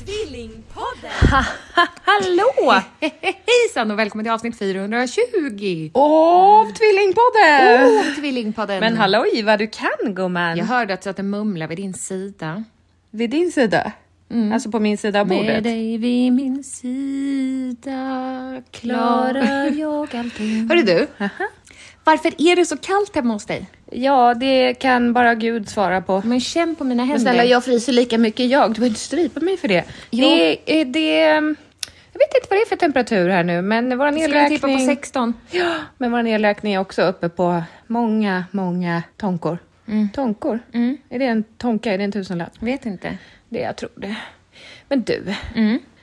Tvillingpodden! Hallå! Hejsan och välkommen till avsnitt 420 Av Tvillingpodden! av Oh, Tvillingpodden! Eh. Men hallå vad du kan gumman! Jag hörde att du satt och mumlade vid din sida. Vid din sida? Alltså på min sida av Med bordet? dig vid min sida klarar jag allting. Hörru du, varför är det så kallt hemma hos dig? Ja, det kan bara Gud svara på. Men känn på mina händer. Men snälla, jag fryser lika mycket jag. Du behöver inte strypa mig för det. Jo. Det är eh, det... Jag vet inte vad det är för temperatur här nu, men vår skulle tippa på elräkning... 16. Ja, men vår elräkning är också uppe på många, många tonkor. Tonkor? Är det en tonka? Är det en tusenlapp? Vet inte. Det jag tror det. Men du,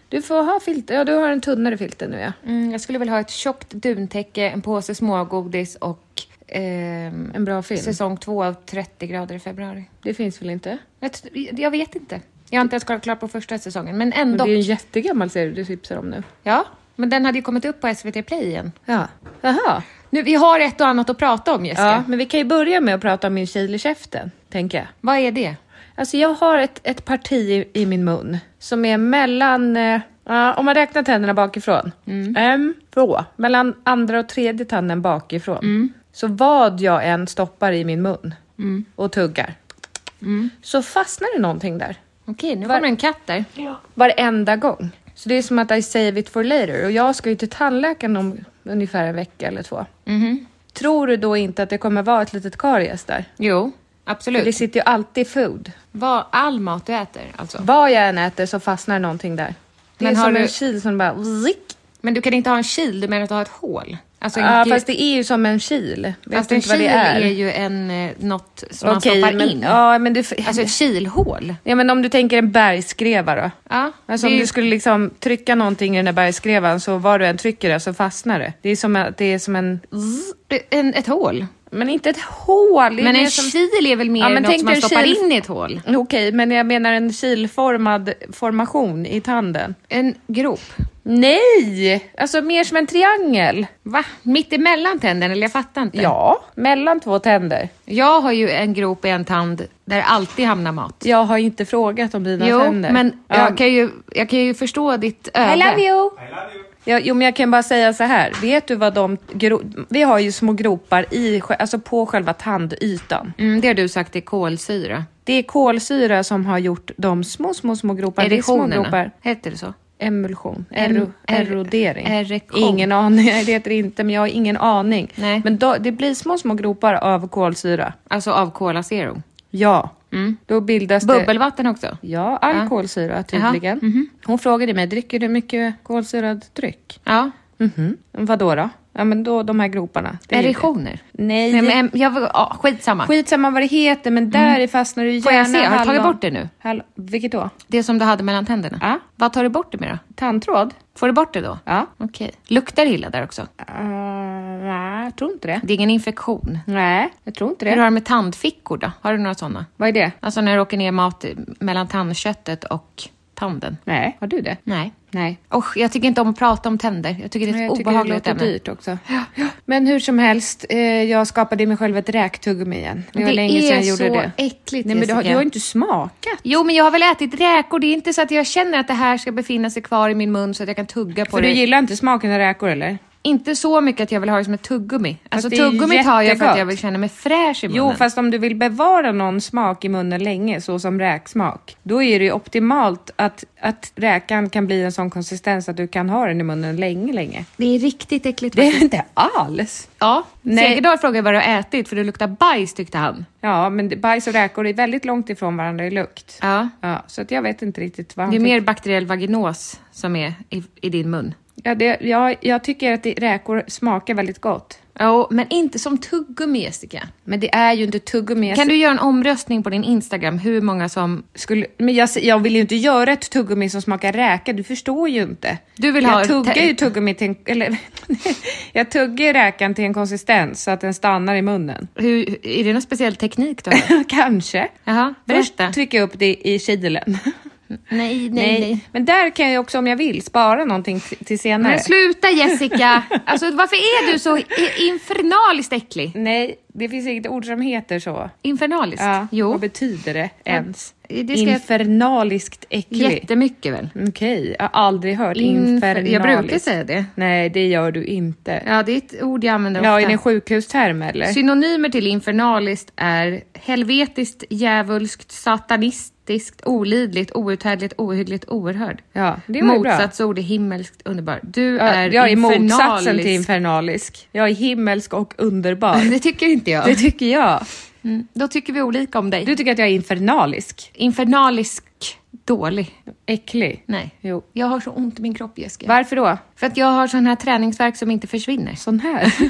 du får ha filter. Ja, du har en tunnare filter nu ja. Mm, jag skulle väl ha ett tjockt duntäcke, en påse smågodis och ehm, En bra film. säsong 2 av 30 grader i februari. Det finns väl inte? Jag, t- jag vet inte. Jag har inte ens kollat klart på första säsongen, men Men ändå. det är ju en jättegammal serie du tipsar om nu. Ja, men den hade ju kommit upp på SVT Play igen. Ja. Jaha. Nu, vi har ett och annat att prata om, Jessica. Ja, men vi kan ju börja med att prata om min kil i käften, tänker jag. Vad är det? Alltså jag har ett, ett parti i, i min mun som är mellan, eh, ja, om man räknar tänderna bakifrån, mm. två, mellan andra och tredje tanden bakifrån. Så vad jag än stoppar i min mun och tuggar, så fastnar det någonting där. Okej, nu Var- kommer en katt där. Varenda gång. Så det är som att I save it for later. Och jag ska ju till tandläkaren om ungefär en vecka eller två. Mm-hmm. Tror du då inte att det kommer vara ett litet karies där? Jo, För det absolut. sitter ju alltid i food. Vad, all mat du äter, alltså. Vad jag än äter så fastnar någonting där. Det Men är har som du- en kil som bara... Zick. Men du kan inte ha en kil, du menar att du har ett hål? Alltså, Ja, gl- fast det är ju som en kil. Vet fast du en inte kil vad det är. är? ju en, eh, något som man Okej, stoppar men, in. Ja, men du... Alltså ett kilhål. Ja, men om du tänker en bergskreva då? Ja, Alltså det om är- du skulle liksom trycka någonting i den där bergskrevan så var du än trycker det så fastnar det. Det är som, att- det är som en... En, ett hål. Men inte ett hål. det är Men mer en som- kil är väl mer Ja, men något tänk som dig man en stoppar kil- in i ett hål? Okej, men jag menar en kilformad formation i tanden. En grop. Nej! Alltså mer som en triangel. Va? Mitt emellan tänderna? Eller jag fattar inte. Ja, mellan två tänder. Jag har ju en grop i en tand där det alltid hamnar mat. Jag har inte frågat om dina Jo, tänder. men Ja. jag kan, ju, jag kan ju förstå ditt öde. I love you! Ja, jo, men jag kan bara säga så här. Vet du vad de... Gro- vi har ju små gropar i, sj- alltså på själva tandytan. Mm, det har du sagt är kolsyra. Det är kolsyra som har gjort de små, små, små groparna. Det är små Erektionerna. gropar. Heter det så? Emulsion. Em- Ero- er- erodering. erektion. Ingen aning. Nej, det heter det inte, men jag har ingen aning. Nej. Men då, det blir små, små gropar av kolsyra. Alltså av Cola Zero. Ja. Då bildas det... Bubbelvatten också. Ja, all Mm. Ja. Mhm. kolsyra tydligen. Hon frågade mig, dricker du mycket kolsyrad dryck? Ja. Mhm. Vad då? då? Ja, men då de här groparna. Det är ju det. Erektioner. Nej. Nej, men jag, ja, skitsamma. Skitsamma vad det heter, men där i fastnar du Får gärna jag se? Har du tagit hallon- bort det nu? Hallon. Vilket då? Det som du hade mellan tänderna? Ja. Vad tar du bort det med då? Tandtråd? Får du bort det då? Ja. Okej. Luktar det illa där också? Uh, nej, jag tror inte det. Det är ingen infektion. Nej, jag tror inte Hur det. har du med tandfickor då? Har du några sådana? Vad är det? Alltså när det åker ner mat i- mellan tandköttet och tanden. Nej, har du det? Nej. Nej. Och jag tycker inte om att prata om tänder. Jag tycker det är Nej, ett jag tycker det obehagligt låter ämne. dyrt också. Men hur som helst, eh, jag skapade mig själv ett räktuggummi igen. Det var Det länge sedan jag är gjorde så det. äckligt, Nej, men du har, Jessica. du har inte smakat. Jo, men jag har väl ätit räkor. Det är inte så att jag känner att det här ska befinna sig kvar i min mun så att jag kan tugga på För det. du gillar inte smaken av räkor eller? Inte så mycket att jag vill ha det som ett tuggummi. Alltså det är tuggummit har jag för att jag jättegott. vill känna mig fräsch i munnen. Jo, fast om du vill bevara någon smak i munnen länge, så som räksmak, då är det ju optimalt att, att räkan kan bli en sån konsistens att du kan ha den i munnen länge, länge. Det är riktigt äckligt Det är faktiskt. inte alls. Ja, Nej. Segerdahl frågade vad du har ätit för du luktar bajs tyckte han. Ja, men det- bajs och räkor är väldigt långt ifrån varandra i lukt. Ja. Ja, så att jag vet inte riktigt vad han Det är tyckte. mer bakteriell vaginos som är i, i din mun. Ja, det, jag, jag tycker att det, räkor smakar väldigt gott. Jo, men inte som tuggummi Jessica. Men det är ju inte tuggummi. Kan du göra en omröstning på din Instagram hur många som... skulle, men jag, se- jag vill ju inte göra ett tuggummi som smakar räka, du förstår ju inte. Du vill jag ha- tuggar ju tuggummi till en, eller, Jag tuggar ju räkan till en konsistens så att den stannar i munnen. Hur, är det någon speciell teknik då? Kanske. Jaha, berätta. Först trycker jag upp det i kilen. nej, Men där kan jag också om jag vill spara någonting t- till senare. Men sluta Jessica! Alltså varför är du så i- infernaliskt äcklig? Nej, det finns inget ord som heter så. Infernaliskt? Ja, Vad jo, betyder det ens? det ska jag- Infernaliskt äcklig. jättemycket väl? Okej, jag har aldrig hört Infer- infernaliskt. jag brukar säga det. Nej, det gör du inte. Ja, det är ett ord jag använder Ja, är ofta. det en sjukhusterm eller? Synonymer till infernaliskt är helvetiskt, djävulskt, satanistiskt, olidligt, outhärdligt, ohyggligt, oerhörd. Ja, det var ju bra. Motsatsord är himmelskt underbar. Du Ja, är jag är motsatsen infernalisk. till infernalisk. Jag är himmelsk och underbar. Det tycker inte jag. Det tycker jag. Mm. Då tycker vi olika om dig. Du tycker att jag är infernalisk? Infernalisk dålig. Äcklig? Nej. Jo. Jag har så ont i min kropp, Jessica. Varför då? För att jag har sån här träningsvärk som inte försvinner. Sån här?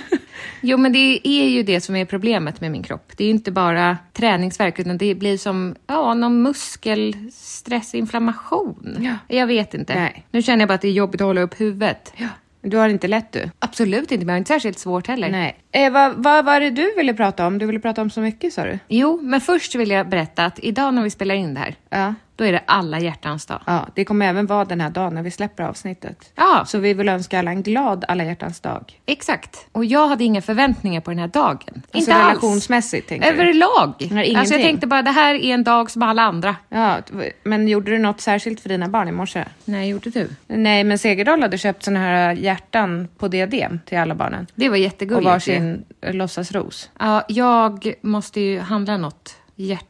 Jo, men det är ju det som är problemet med min kropp. Det är ju inte bara träningsvärk, utan det blir som ja, någon muskelstressinflammation. Ja. Jag vet inte. Nej. Nu känner jag bara att det är jobbigt att hålla upp huvudet. Du har det inte lätt du? Absolut inte, men jag har inte särskilt svårt heller. Nej. Eh, vad, vad var det du ville prata om? Du ville prata om så mycket sa du? Jo, men först vill jag berätta att idag när vi spelar in det här, Ja. då är det alla hjärtans dag. Ja, det kommer även vara den här dagen när vi släpper avsnittet. Ja. Så vi vill önska alla en glad alla hjärtans dag. Exakt. Och jag hade inga förväntningar på den här dagen. Alltså inte alls. relationsmässigt tänker du? Överlag. Nej, alltså jag ingenting. tänkte bara, det här är en dag som alla andra. Ja, men gjorde du något särskilt för dina barn i morse? Nej, gjorde du? Nej, men Segerdahl hade köpt såna här hjärtan på diadem till alla barnen. Det var jättegulligt. Och ju. varsin eh, låtsasros. Ja, jag måste ju handla något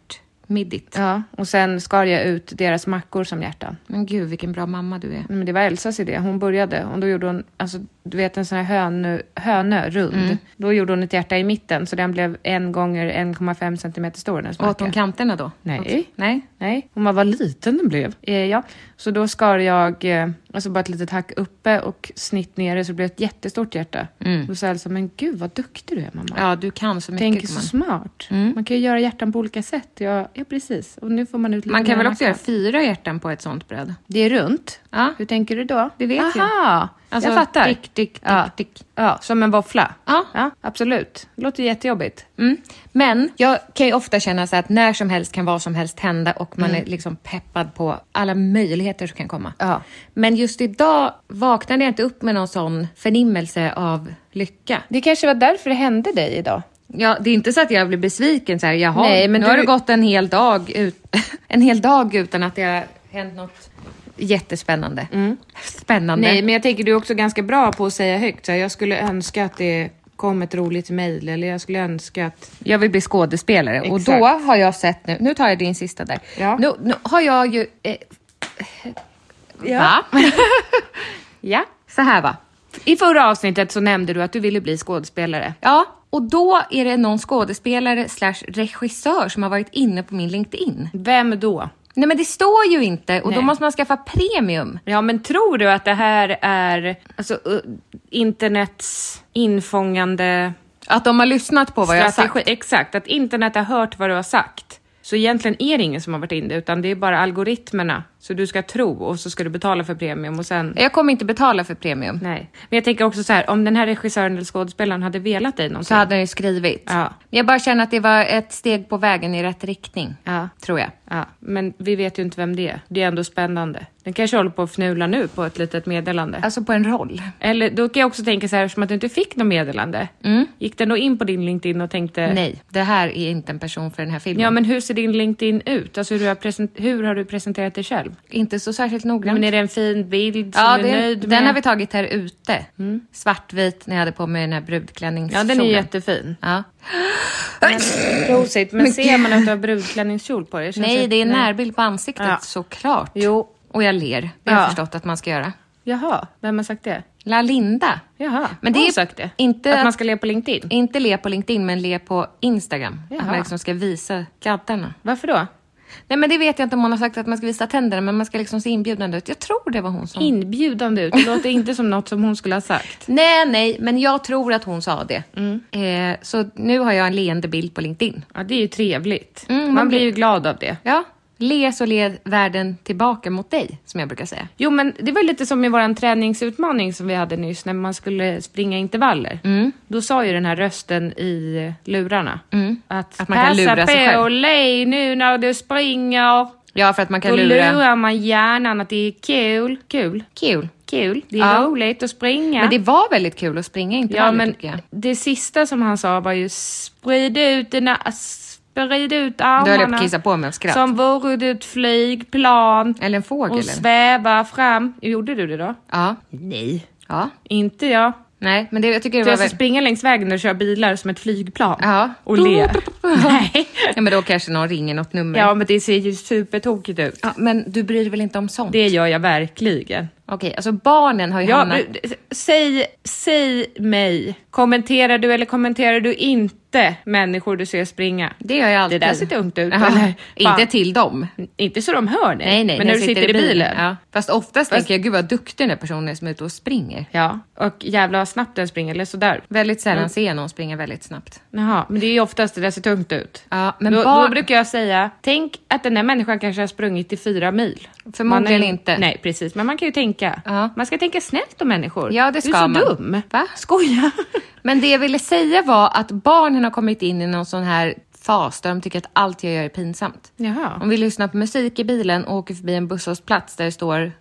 hjärtmiddigt. Ja, och sen skar jag ut deras mackor som hjärtan. Men gud, vilken bra mamma du är. Men det var Elsas idé, hon började och då gjorde hon, alltså du vet en sån här hönö, hönö rund. Mm. Då gjorde hon ett hjärta i mitten så den blev en gånger 1,5 centimeter stor den Åt macka. hon kanterna då? Nej. Också. Nej. Nej, och man var liten den blev. Eh, ja. Så då skar jag eh, alltså bara ett litet hack uppe och snitt nere så det blev ett jättestort hjärta. Då sa Elsa, men gud vad duktig du är mamma. Mm. Ja, du kan Mm. så mycket. Tänker så gumman. smart. Man kan ju göra hjärtan på olika sätt. Ja, ja precis. Och nu får man ut lite Man mer kan väl också macka. göra fyra hjärtan på ett sånt bröd? Det är runt. Ja. Hur tänker du då? Det vet jag. Aha. Alltså, jag fattar. tick, tick, tick, ja. tick. Ja, som en våffla. Ja. absolut. Det låter jättejobbigt. Mm. Men jag kan ju ofta känna så att när som helst kan vad som helst hända och man är liksom peppad på alla möjligheter som kan komma. Mm. Ja. Men just idag vaknade jag inte upp med någon sån förnimmelse av lycka. Det kanske var därför det hände dig idag. Ja, det är inte så att jag blir besviken så här, jaha, Nej, men nu du- har det gått en hel dag, ut... en hel dag utan att det har hänt något jättespännande. Spännande. Mm. Nej, men jag tänker du är också ganska bra på att säga högt. Så här, jag skulle önska att det kom ett roligt mejl eller jag skulle önska att... Jag vill bli skådespelare och Exakt. då har jag sett nu, nu tar jag din sista där. Ja. Nu, nu har jag ju... Eh, Va? Ja. Så här va? I förra avsnittet så nämnde du att du ville bli skådespelare. Ja, och då är det någon skådespelare slash regissör som har varit inne på min LinkedIn. Vem då? Nej men det står ju inte och då Nej. måste man skaffa premium. Ja, men tror du att det här är alltså, uh, internets infångande Att de har lyssnat på vad jag har sagt. strategi? Exakt, att internet har hört vad du har sagt. Så egentligen är det ingen som har varit inne, utan det är bara algoritmerna. Så du ska tro och så ska du betala för premium och sen... Jag kommer inte betala för premium. Nej. Men jag tänker också så här, om den här regissören eller skådespelaren hade velat dig någonting. Så hade han ju skrivit. Mm. Ja. Jag bara känner att det var ett steg på vägen i rätt riktning. Ja. Tror jag. Ja, men vi vet ju inte vem det är. Det är ändå spännande. Den kanske håller på att fnula nu på ett litet meddelande. Alltså på en roll. Eller då kan jag också tänka så här, eftersom att du inte fick något meddelande. Gick den då in på din LinkedIn och tänkte... Mm. Eh, Nej, det här är inte en person för den här filmen. Ja, men hur ser din LinkedIn ut? Alltså hur, du har present- hur har du presenterat dig själv? Inte så särskilt noggrant. Men är det en fin bild som ja, du det- är nöjd med? Mm. den har vi tagit här ute. Svartvit när jag hade på mig den här Ja, brudklänningskjolen. den är jättefin. Ja. Prosit, men, ser man att du har brudklänningskjol på dig? Känns Nej, det är en nej. närbild på ansiktet Ja. såklart. Jo. Och jag ler. Det har jag Ja. förstått att man ska göra. Jaha, vem har sagt det? La Linda. Jaha, Men det hon är sagt det. inte att man att- ska le på LinkedIn? Inte le på LinkedIn, men le på Instagram. Att man Jaha. liksom ska visa gaddarna. Varför då? Nej, men det vet jag inte om hon har sagt att man ska visa tänderna, men man ska liksom se inbjudande ut. Jag tror det var hon som... Inbjudande ut, det låter inte som något som hon skulle ha sagt. nej, nej, men jag tror att hon sa det. Mm. Eh, så nu har jag en leende bild på LinkedIn. Ja, det är ju trevligt. Mm, man, man blir ju glad av det. Ja, le så led världen tillbaka mot dig, som jag brukar säga. Jo, men det var lite som i vår träningsutmaning som vi hade nyss när man skulle springa intervaller. Mm. Då sa ju den här rösten i lurarna att, Mm. Att man kan lura sig Passa på själv." och le nu när du springer. Ja, för att man kan Då lura. lurar man hjärnan att det är kul. Kul. Kul. Kul. Det är Ja. roligt att springa. Men det var väldigt kul att springa intervaller, ja, men tycker jag. det sista som han sa var ju sprid ut dina... Sprid ut armarna. höll jag på att kissa på mig av skratt. Som vore du ett flygplan. Eller en fågel. Och eller? sväva fram. Gjorde du det då? Ja. Nej. Ja. Inte jag. Nej, men det, jag tycker det Du var jag ska väl... springa längs vägen och köra bilar som ett flygplan. Ja. alltså Och le. Nej. Ja, men då kanske någon ringer något nummer. Ja, men det ser ju supertokigt ut. Ja, men du bryr dig väl inte om sånt? Det gör jag verkligen. Okej, alltså barnen har ju Ja, hamnat... men, säg, säg mig, kommenterar du eller kommenterar du inte människor du ser springa? Det gör jag alltid. Det där ser dumt ut. Ja, eller? inte Fan. till dem. Inte så de hör dig, Nej, nej. men när när jag du sitter i bilen. Ja. Fast oftast tänker jag, gud vad duktig den där personen är som är ute och springer. Ja. Mm. och jävla snabbt den springer, eller sådär. Väldigt sällan ser jag någon springa väldigt snabbt. Jaha, men det är ju oftast det där ser tungt ut. Ja, men då, barn- då brukar jag säga, tänk att den där människan kanske har sprungit i fyra mil. Förmodligen Man är- inte. Nej, precis. Men man kan ju tänka. Ja. Man ska tänka snällt om människor. Ja, det Du är ska så man. dum. Va? Skoja. Men det jag ville säga var att barnen har kommit in i någon sån här fas där de tycker att allt jag gör är pinsamt. Jaha. Om vi lyssnar på musik i bilen och åker förbi en busshållplats där det står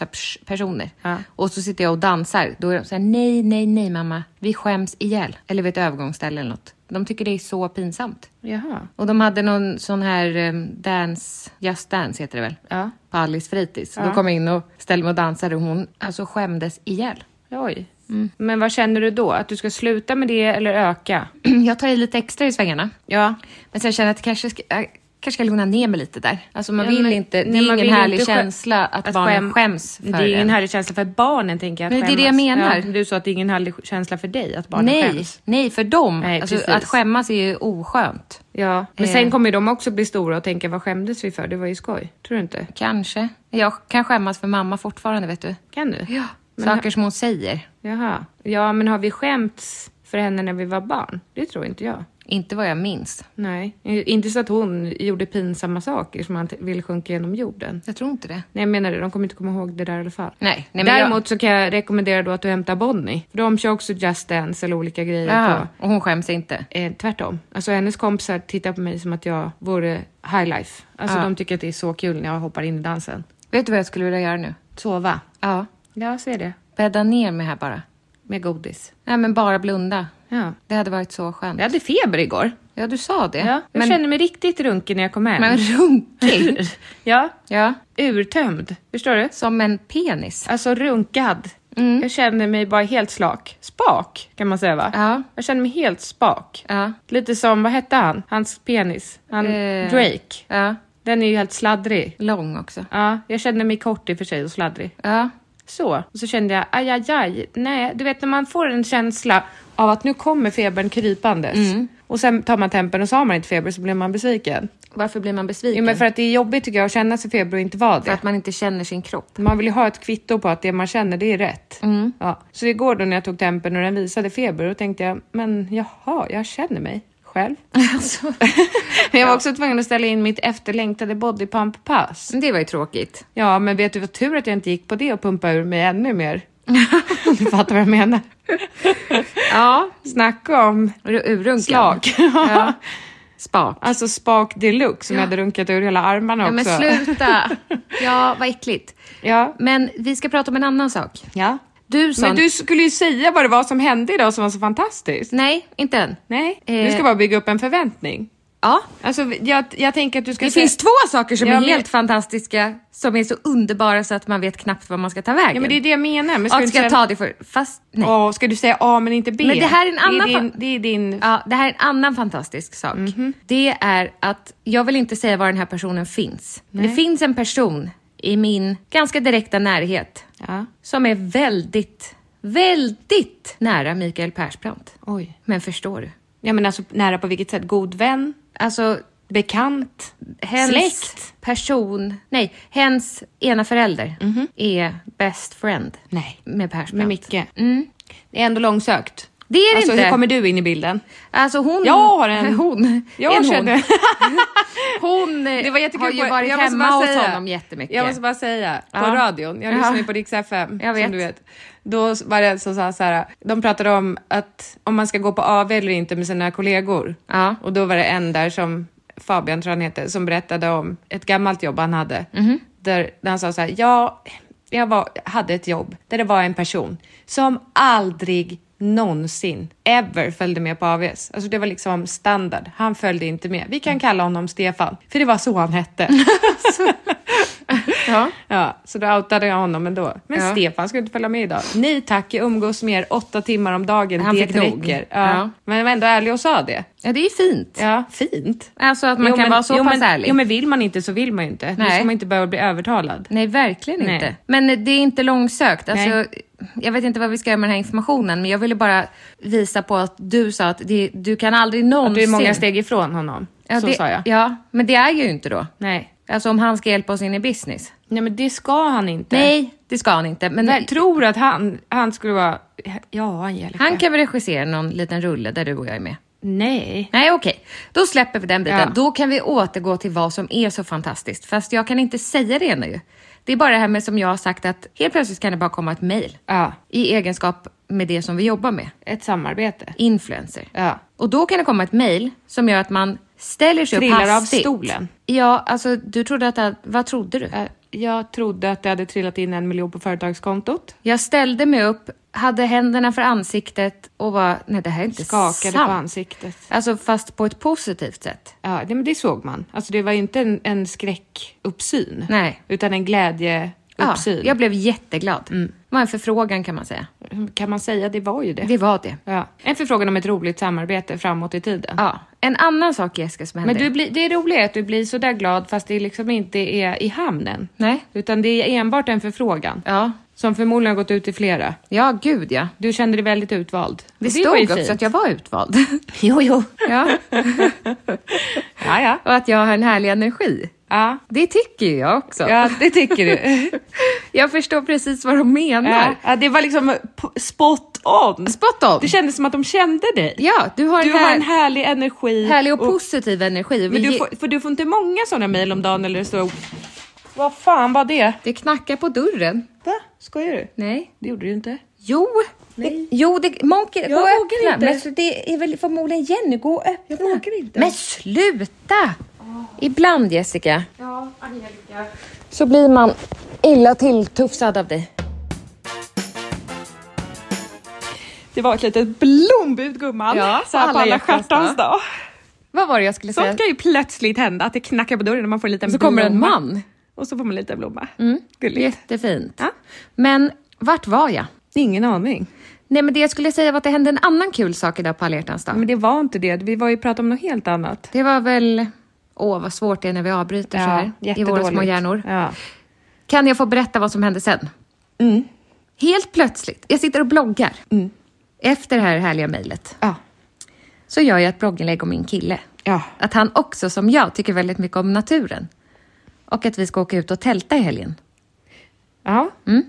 ungdomspersoner Ja. och så sitter jag och dansar, då är de så här, nej, nej, nej mamma, vi skäms ihjäl. Eller vid ett övergångsställe eller något. De tycker det är så pinsamt. Jaha. Och de hade någon sån här um, dance, just dance heter det väl? Ja. På Alice fritids. Då kom jag in och ställde mig och dansade och hon alltså skämdes ihjäl. Oj. Mm. Men vad känner du då? Att du ska sluta med det eller öka? Jag tar i lite extra i svängarna. Ja. Men sen känner jag att jag kanske ska, jag kanske ska lugna ner mig lite där. Alltså man Ja, vill men- inte, det nej, är man ingen vill härlig inte skä- känsla att, barnen skäm- skäms för Det är ingen en. härlig känsla för barnen, tänker jag. att Men det är det jag skämmas. menar. Ja, men du sa att det är ingen härlig känsla för dig att barnen Nej, skäms. nej, för dem. Nej, alltså, precis. att skämmas är ju oskönt. Ja. Men Eh. sen kommer ju de också bli stora och tänka, vad skämdes vi för? Det var ju skoj. Tror du inte? Kanske. Jag kan skämmas för mamma fortfarande, vet du. Kan du? Ja, Men saker som hon säger. Jaha. Ja, men har vi skämts för henne när vi var barn? Det tror inte jag. Inte vad jag minns. Nej. Inte så att hon gjorde pinsamma saker som man t- vill sjunka genom jorden. Jag tror inte det. Nej, jag menar det. De kommer inte komma ihåg det där i alla fall. Nej, nej, men Däremot så kan jag rekommendera då att du hämtar Bonnie. För de kör också Just Dance eller olika grejer Ja, på. och hon skäms inte. Eh, tvärtom. Alltså hennes kompisar tittar på mig som att jag vore high life. Alltså de tycker att det är så kul när jag hoppar in i dansen. Vet du vad jag skulle vilja göra nu? Sova. Ja, Ja, så är det. bädda ner mig här bara. Med godis. Nej, men bara blunda. Ja. Det hade varit så skönt. Jag hade feber igår. Ja, du sa det. Ja, jag men, kände mig riktigt runkig när jag kom hem. men runkig. Ja, ja, urtömd. Förstår du? som en penis. Alltså runkad. Mm. Jag kände mig bara helt slak. Spak kan man säga va? Ja. Jag kände mig helt spak. Ja. Lite som, vad hette han? Hans penis. Han, Eh. Drake. Ja, Den är ju helt sladdrig. lång också. Ja, jag kände mig kort i och för sig och sladdrig. Ja, Så, och så kände jag aj, aj, aj. Nej, du vet när man får en känsla av att nu kommer febern krypandes. Och sen tar man tempen och så har man inte feber så blir man besviken. varför blir man Jo, besviken? men för att det är jobbigt tycker jag att känna sig feber och inte vara För det. att man inte känner sin kropp. Man vill ju ha ett kvitto på att det man känner, det är rätt. Ja. Så igår då när jag tog tempen och den visade feber, då tänkte jag, men jaha, jag känner mig själv. men jag var också tvungen att ställa in mitt efterlängtade bodypump-pass. Det var ju tråkigt. Ja, men vet du vad tur att jag inte gick på det och pumpade ur mig ännu mer. du fattar vad jag menar. Ja, Snacka om urrunken. slag. Ja. spak. Alltså spak deluxe som jag hade runkat ur hela armarna Ja, men också. sluta! Ja, vad äckligt. Ja. Men vi ska prata om en annan sak. ja. Du sa... Men du skulle ju säga vad det var som hände idag som var så fantastiskt. Nej, inte än. Nej, du Eh. ska bara bygga upp en förväntning. Ja. Alltså, jag, jag tänker att du ska Det säga- finns två saker som Ja, är men- helt fantastiska, som är så underbara så att man vet knappt vad man ska ta vägen. Ja, men det är det jag menar. Men ska, du ja, ska säga... jag ta det för... Fast nej. Åh, ska du säga A men inte B? Men det här är en annan Det är din, fa- det är din Ja, det här är en annan fantastisk sak. Mhm. Det är att jag vill inte säga var den här personen finns. Det finns en person i min ganska direkta närhet Ja. som är väldigt, väldigt nära Mikael Persbrandt. Oj. Men förstår du? Ja, men alltså nära på vilket sätt? God vän? Alltså, Bekant? hens Släkt? person, nej, hens ena förälder är best friend Mhm. Nej. med Persbrandt. Med Micke? Mm. Det är ändå långsökt. Det är det alltså, inte. hur kommer du in i bilden? Alltså hon... Jag har en- Hon. Jag en känner- Hon, hon eh, Det var jättekul har ju på- varit jag måste hemma bara hos säga- honom jättemycket. Jag måste bara säga, på Ja. radion, jag Ja. lyssnar ju på Rix FM, Jag som vet. du vet. Då var det en som sa så här, de pratade om att om man ska gå på AV eller inte med sina kollegor. Ja. Och då var det en där som, Fabian tror han heter, som berättade om ett gammalt jobb han hade. Mhm. Där, där han sa så här, ja, jag var, hade ett jobb där det var en person som aldrig någonsin, ever följde med på AVs. Alltså det var liksom standard. Han följde inte med. Vi Mm. kan kalla honom Stefan, för det var så han hette. Ja. Ja, så då outade jag honom ändå. Men Ja. Stefan ska inte följa med idag. Nej tack, jag umgås med er åtta timmar om dagen. Han det fick nog. räcker. Ja. Ja. Men jag var ändå ärlig och sa det. Ja, det är fint. Ja, fint. Alltså att man Jo, kan men- vara så jo, pass men, ärlig. Jo, men vill man inte så vill man ju inte. Nu Nej. ska man inte behöva bli övertalad. Nej, verkligen Nej. inte. Men eh, det är inte långsökt. Alltså, Nej. jag vet inte vad vi ska göra med den här informationen, men jag ville bara visa på att du sa att det, du kan aldrig någonsin... Du är många steg ifrån honom. ja, så det, sa jag. Ja, men det är ju inte då. Nej. Alltså om han ska hjälpa oss in i business. Nej, men det ska han inte. Nej, det ska han inte. Men Jag tror att han, han skulle vara... Ja, Angelica. han kan väl regissera någon liten rulle där du och jag är med? Nej. Nej, okej. Då släpper vi den biten. Ja. Då kan vi återgå till vad som är så fantastiskt. Fast jag kan inte säga det nu. Det är bara det här med som jag har sagt att helt plötsligt kan det bara komma ett mejl. Ja. I egenskap med det som vi jobbar med. Ett samarbete. Influencer. Ja. Och då kan det komma ett mejl som gör att man ställer sig upp Trillar av hastigt. stolen. Ja, alltså du trodde att... det- Vad trodde du? Eh, Jag trodde att det hade trillat in en miljon på företagskontot. Jag ställde mig upp, hade händerna för ansiktet och var nej det här är inte Skakade sant. på ansiktet. Alltså fast på ett positivt sätt. Ja, det, men det såg man. Alltså det var ju inte en, en skräckuppsyn. Nej. Utan en Ja, glädjeuppsyn. jag blev jätteglad. Det var en förfrågan kan man säga. Kan man säga, det var ju det. Det var det. Mm. Ja. En förfrågan om ett roligt samarbete framåt i tiden. Ja. En annan sak Jessica som hände. Men du blir, det roliga är att du blir sådär glad fast det liksom inte är i hamnen. Nej. Utan det är enbart en förfrågan. Ja. Som förmodligen har gått ut till flera. Ja, gud ja. Du kände dig väldigt utvald. Det, Och var stod ju också fint. att jag var utvald. Jo, jo. ja. Ja, ja. Och att jag har en härlig energi. Ja, Det tycker ju jag också. ja det tycker du. Jag förstår precis vad de menar. ja. ja, det var liksom p- spot on. Spot on. Det kändes som att de kände dig. Ja, du har Du en, här... har en härlig energi. härlig och, positiv energi. Vi Men du ge- får, för du får inte många sådana mejl om dagen eller det står... Vad fan var det? Det knackar på dörren. Va? Skojar du? Nej. Det gjorde du inte. Jo. Nej. Jo, det, Monkey, gå och vågar öppna. inte. Men så det är väl förmodligen Jenny, gå och öppna. Jag vågar inte. Men sluta! Ibland Jessica. Ja, Angelica. Så blir man illa tilltufsad av dig. Det var ett litet blombud gumman. Ja, så här på alla alla hjärtans stjärtans dag. Vad var det jag skulle säga? Sånt kan ju plötsligt hända att det knackar på dörren och man får en liten Så kommer en blomma. man. Och så får man en liten blomma. Mm. Gulligt. Jättefint. Ja. Men vart var jag? Ingen aning. Nej, men det jag skulle säga var att det hände en annan kul sak idag på alla hjärtans dag. Men det var inte det. Vi var ju pratade om något helt annat. Det var väl... Åh, vad svårt det är när vi avbryter så här i våra små jättedåligt. hjärnor. Ja. Kan jag få berätta vad som hände sen? Mm. Helt plötsligt, jag sitter och bloggar. Efter det här härliga mejlet Ja. så gör jag ett blogginlägg om min kille. Ja. Att han också, som jag, tycker väldigt mycket om naturen. Och att vi ska åka ut och tälta i helgen. Ja. Mm.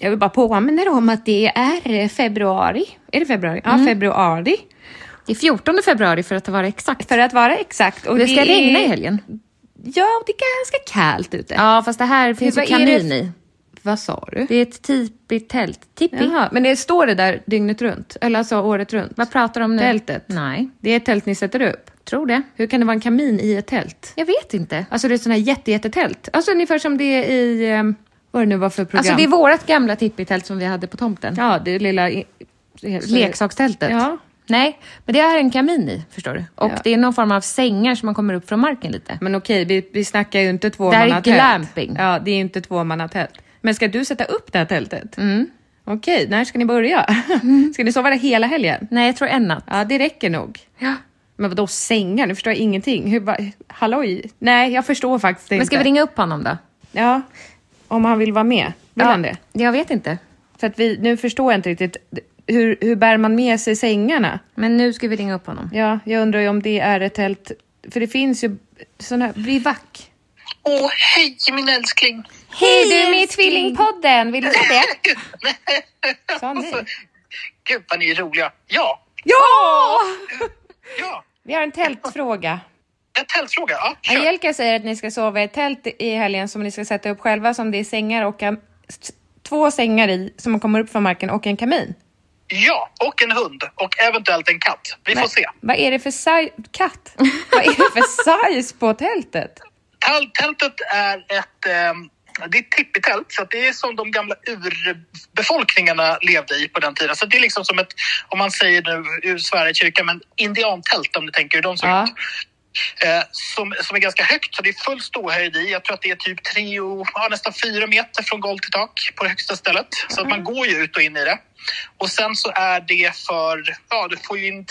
Jag vill bara påminna er om att det är eh, februari. Är det februari? Mm. Ja, februari. Det är 14 februari för att vara exakt. För att vara exakt. Och det ska är- regna i helgen. Ja, det är ganska kallt ute. Ja, fast det här finns ju vad är det kanin f- i. Vad sa du? Det är ett tipi-tält. Tippi? Jaha, men det står det där dygnet runt? Eller alltså året runt? Vad pratar du om nu? Tältet. Nej. Det är ett tält ni sätter upp? Tror det. Hur kan det vara en kamin i ett tält? Jag vet inte. Alltså det är ett sånt här jätte, jättetält. Alltså ungefär som det är i, ehm, vad det nu var för program. Alltså, det är vårt gamla tippitält som vi hade på tomten. Ja, det lilla... i- Leksakstältet? Ja. Nej, men det är en kamin i, förstår du. Och Ja. det är någon form av sängar som man kommer upp från marken lite. Men okej, vi, vi snackar ju inte Det här är tvåmannatält. glamping. Ja, det är ju inte tvåmannatält. Men ska du sätta upp det här tältet? Mm. Okej, när ska ni börja? Mm. Ska ni sova där hela helgen? Nej, jag tror en natt. Ja, det räcker nog. Ja. Men vadå sängar? Nu förstår jag ingenting. Hur, va, halloj? Nej, jag förstår faktiskt Men inte. ska vi ringa upp honom då? Ja, om han vill vara med. Vill han det? Jag vet inte. För att vi, nu förstår jag inte riktigt. Hur, hur bär man med sig sängarna? Men nu ska vi ringa upp honom. Ja, jag undrar ju om det är ett tält. För det finns ju sådana här bivack. Åh, hej min älskling! Hej, du är med i Tvillingpodden. Vill du ta det? Sa ni? Gud vad ni är roliga! Ja, Ja! ja, Vi har en tältfråga. en tältfråga. Ja, kör. Angelica säger att ni ska sova i ett tält i helgen som ni ska sätta upp själva som det är sängar och en, s- två sängar i som man kommer upp från marken och en kamin. ja, och en hund och eventuellt en katt. Vi får se. Vad är det för size... Katt? Vad är det för size på tältet? Täl- Tältet är ett ehm, det är ett tippitält, så att det är som de gamla urbefolkningarna levde i på den tiden. Så det är liksom som ett, om man säger nu ur Sverige kyrka, men indiantält om ni tänker hur de såg Ja. ut. Eh, som, som är ganska högt, så det är full ståhöjd i. Jag tror att det är typ tre och, ja, nästan fyra meter från golv till tak på det högsta stället. Så att man går ju ut och in i det. Och sen så är det för, ja du får ju in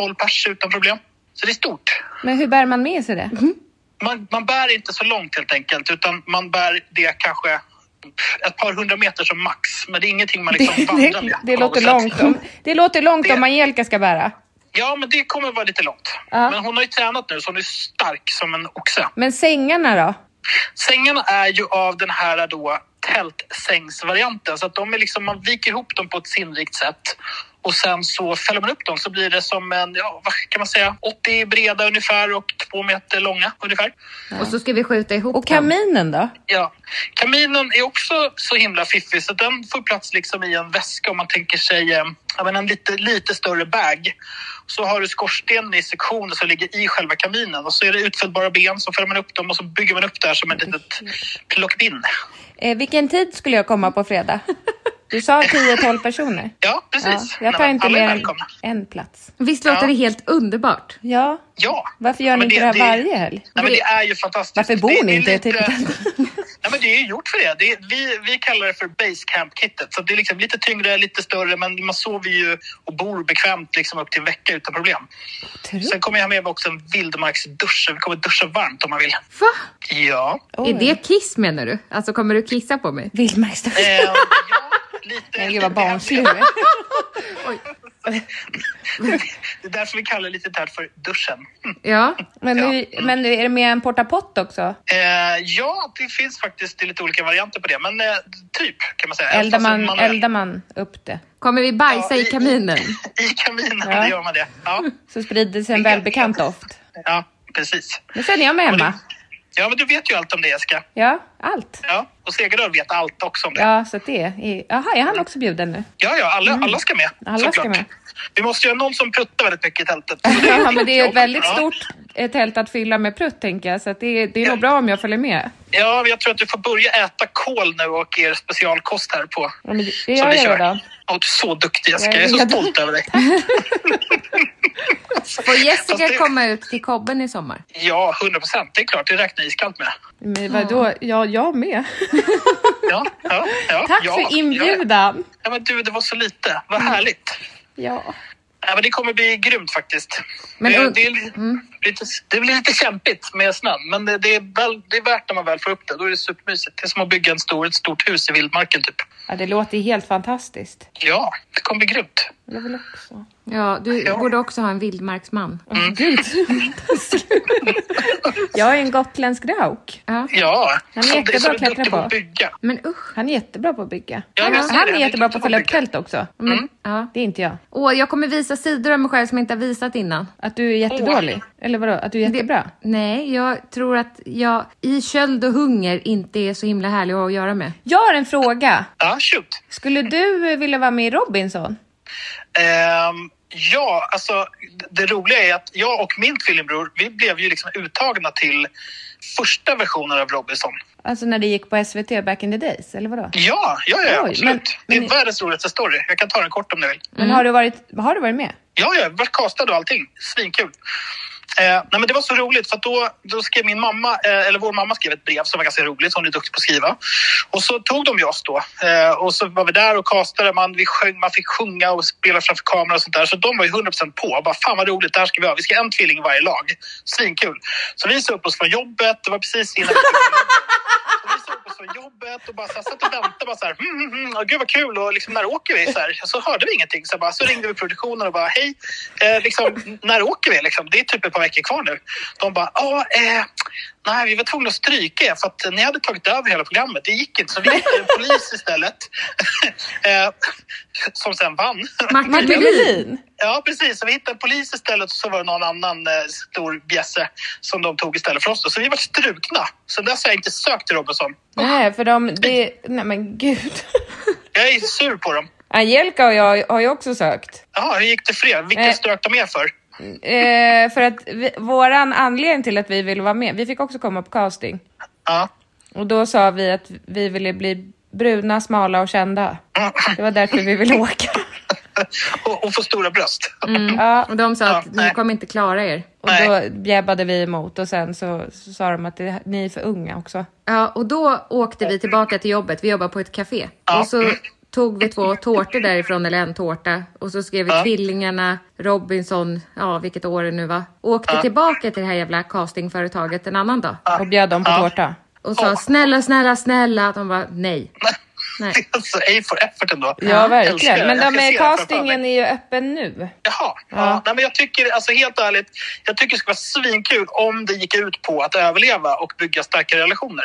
10-12 pers utan problem. Så det är stort. Men hur bär man med sig det? Mm. Man, man bär inte så långt helt enkelt utan man bär det kanske ett par hundra meter som max. Men det är ingenting man liksom Det, vandrar det, med. det på något låter sätt. långt om, det låter långt om Angelica ska bära. Ja, men det kommer vara lite långt. Ja. Men hon har ju tränat nu så hon är stark som en oxe. Men sängarna då? Sängarna är ju av den här då tältsängsvarianten så att de är liksom, man viker ihop dem på ett sinnrikt sätt och sen så fäller man upp dem så blir det som en, ja vad kan man säga, 80 breda ungefär och två meter långa ungefär. Och så ska vi skjuta ihop Och kaminen då? Ja. Kaminen är också så himla fiffig så den får plats liksom i en väska om man tänker sig eh, ja, men en lite, lite större bag. Så har du skorstenen i sektioner som ligger i själva kaminen och så är det utfällbara ben så fäller man upp dem och så bygger man upp det här som ett litet plockbinne. Eh, vilken tid skulle jag komma på fredag? Du sa 10-12 personer. Ja, Ja, precis. jag tar Nej, men inte alla är mer än välkomna. en plats. Visst låter Ja. det helt underbart? Ja, Ja. varför gör Ja, ni men inte det här varje helg? Nej, men det är ju fantastiskt. Varför bor Det- ni det är inte i typ lite- Tippet? Nej, men det är ju gjort för det. det är, vi, vi kallar det för basecamp-kittet. Så det är liksom lite tyngre, lite större, men man sover ju och bor bekvämt liksom upp till en vecka utan problem. Mm. Sen kommer jag ha med mig också en vildmarksdusch. så Vi kommer duscha varmt om man vill. Va? Ja. Oj. Är det kiss menar du? Alltså kommer du kissa på mig? Vildmarksdörr. Eh, ja lite, Men gud vad det- det- barnslig du är. Det är därför vi kallar det lite här för duschen. Mm. Ja. Men, Ja. hur, men är det med en portapott också? Eh, ja, det finns faktiskt det är lite olika varianter på det, men eh, typ kan man säga. Eldar Fast man, har- eldar man upp det Kommer vi bajsa Ja, i i- kaminen? I kaminen Ja. gör man det. Ja, så sprider sig en välbekant doft. ja precis. Nu känner jag mig Men du- hemma. Ja, men du vet ju allt om det, Jessica. Ja, allt. Ja, och Segerrör vet allt också om det. Ja, Ja, så att det är... Jaha, är han också bjuden nu? ja, alla, alla ska med. Alla ska såklart. med. Vi måste ju ha någon som pruttar väldigt mycket i tältet. Ja, men det är ju ett väldigt Ja. stort eh, tält att fylla med prutt, tänker jag. Så att det, är- det är nog bra om jag följer med. Ja, men jag tror att du får börja äta kål nu och er specialkost här på. Ja, men det- det som gör vi jag kör. då. Ja, du är så duktig Jessica. Jag Jag är är så redo. stolt över dig. Får Jessica Fast det- komma ut till kobben i sommar? Ja, 100 procent. Det är klart. Det räknar jag iskallt med. Men Mm. vadå? Ja, jag med. Ja, ja, ja, Tack ja, för inbjudan. Mm. Ja. Ja, men du, det var så lite. Vad härligt. Ja. Ja, men det kommer bli grymt faktiskt. Men det, un- det, är li- mm. lite, det blir lite kämpigt med snön, men det, det, är väl, det är värt när man väl får upp det. Då är det supermysigt. Det är som att bygga en stor, ett stort hus i vildmarken typ. ja, det låter ju helt fantastiskt. Ja, det kommer bli grymt. Jag vill också. Ja, du borde också ha en vildmarksman. Gud. jag är en gotländsk rauk. Ja. Ja, är som- jättebra som att klättra duktig på. att bygga. Men usch. Han är jättebra på att bygga. Ja, han jag ser han det. är Han är jättebra på att jättebra fylla på upp att bygga. tält Mm. också. Mm. Ja. Det är inte jag. Åh, jag kommer visa sidor av mig själv som jag inte har visat innan. Att du är jättedålig? Eller vadå? Att du är jättebra? Nej, jag tror att jag i köld och hunger inte är så himla härlig att ha att göra med. Jag har en fråga. Ja, shoot. Skulle du eh, vilja vara med i Robinson? Ehm, Ja, alltså d- det roliga är att jag och min tvillingbror, vi blev ju liksom uttagna till första versionen av Robinson. Alltså när det gick på SVT back in the days, eller vadå? Ja, ja, ja Oj, absolut. men- det är men- världens roligaste story. Jag kan ta den kort om ni vill. Men har du varit, har du varit med? Ja, ja, vart kastad och allting. Svinkul. Eh, nej, men det var så roligt för att då, då skrev min mamma, eh, eller vår mamma skrev ett brev som var ganska roligt, hon är duktig på att skriva. Och så tog de ju oss då eh, och så var vi där och kastade, man, vi sjöng, man fick sjunga och spela framför kameran och sånt där. Så de var ju 100% på, bara fan vad roligt, det här ska vi ha, vi ska ha en tvilling i varje lag. Svinkul. Så vi sa upp oss från jobbet, det var precis innan vi vi såg oss från jobbet och bara så här, satt och väntade. Bara så här, mm, mm, mm, och gud vad kul och liksom, när åker vi? Så, här, så hörde vi ingenting. Så, bara, så ringde vi produktionen och bara hej, eh, liksom, när åker vi? Liksom, det är typ ett par veckor kvar nu. De bara ja, eh, nej vi var tvungna att stryka er för att ni hade tagit över hela programmet. Det gick inte så vi hittade en polis istället. eh, som sen vann. Martin, Lundin? Ja, precis. Så vi hittade en polis istället och så var det någon annan eh, stor bjässe som de tog istället för oss. Då. Så vi var strukna. Sen dess har jag inte sökt till Robinson. Nej, för de, det, nej men gud. Jag är sur på dem. Angelica och jag har ju också sökt. Jaha, hur gick det för er? Vilka Eh. strök de er för? Eh, för att vi, våran anledning till att vi ville vara med, vi fick också komma på casting. Ja. Och då sa vi att vi ville bli bruna, smala och kända. Det var därför vi ville åka. Och, och få stora bröst. Ja, Och de sa Ja, att ni nej. kommer inte klara er. och då bjäbbade vi emot och sen så, så sa de att det, ni är för unga också. Ja, och då åkte vi tillbaka till jobbet. Vi jobbade på ett café. Och så tog vi två tårtor därifrån, eller en tårta. Och så skrev vi Tvillingarna, Robinson, ja vilket år det nu var. Åkte tillbaka till det här jävla castingföretaget en annan dag. Och bjöd dem på tårta. Och sa snälla, snälla, snälla. De bara nej. Nej. Det är alltså A for effort ändå. Ja, Älskar det. verkligen. Men Jag de ska är, se det framför mig. castingen är ju öppen nu. Jaha. Ja. Nej, men jag tycker, alltså helt ärligt, jag tycker det skulle vara svinkul om det gick ut på att överleva och bygga starkare relationer.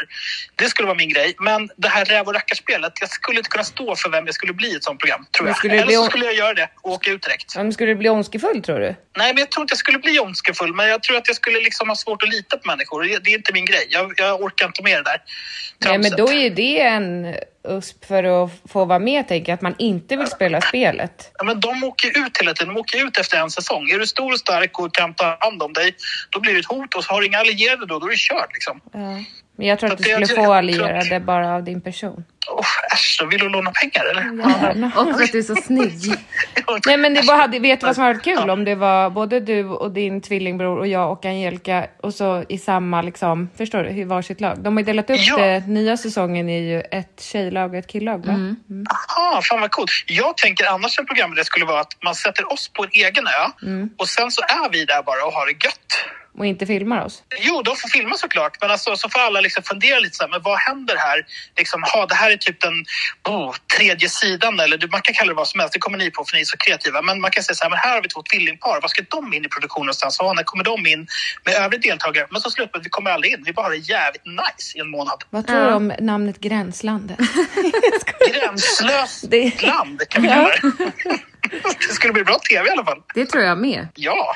Det skulle vara min grej. Men det här räv och rackarspelet, jag skulle inte kunna stå för vem jag skulle bli i ett sånt program, tror Men jag. skulle det Eller bli- så skulle jag göra det och åka ut direkt. Ja, men skulle du bli ondskefull tror du? Nej, men jag tror inte jag skulle bli ondskefull, men jag tror att jag skulle liksom ha svårt att lita på människor. Det det är inte min grej. Jag, jag orkar inte med det där Nej, men tramset. då är ju det en USP för att få vara med, tänker jag, att man inte vill spela spelet. Ja, men de åker ju ut hela tiden. De åker ut efter en säsong. Är du stor och stark och kan ta hand om dig, då blir det ett hot. Och så har du inga allierade då, då är du körd. Liksom. Men jag tror att du Fast jag- skulle få jag tror- allierade bara av din person. Åh, äsch, då vill du låna pengar eller? Och för att du är så snygg. Nej men det bara hade, vet du vad som hade varit kul? Om det var både du och din tvillingbror och jag och Angelica och så i samma liksom, förstår du, i varsitt lag. De har ju delat upp Ja. det, nya säsongen är ju ett tjejlag och ett killag va? Mm. Aha, fan vad coolt. Jag tänker annars en programidé skulle vara att man sätter oss på en egen ö Mm. och sen så är vi där bara och har det gött. Och inte filmar oss. Jo, de får filma såklart, men alltså, så får alla liksom fundera lite så här, men vad händer här? Liksom, ha, det här är typ den oh, tredje sidan, eller du- man kan kalla det vad som helst, det kommer ni på för ni är så kreativa. Men man kan säga så här, men här har vi två tvillingpar, var ska de in i produktionen någonstans? Ja, när kommer de in med övriga deltagare? Men så slutar vi kommer aldrig in, vi bara har det jävligt nice i en månad. Vad tror du om namnet Gränslandet? Gränslöst Det- land kan vi kalla det. Det skulle bli bra tv i alla fall. Det tror jag med. Ja.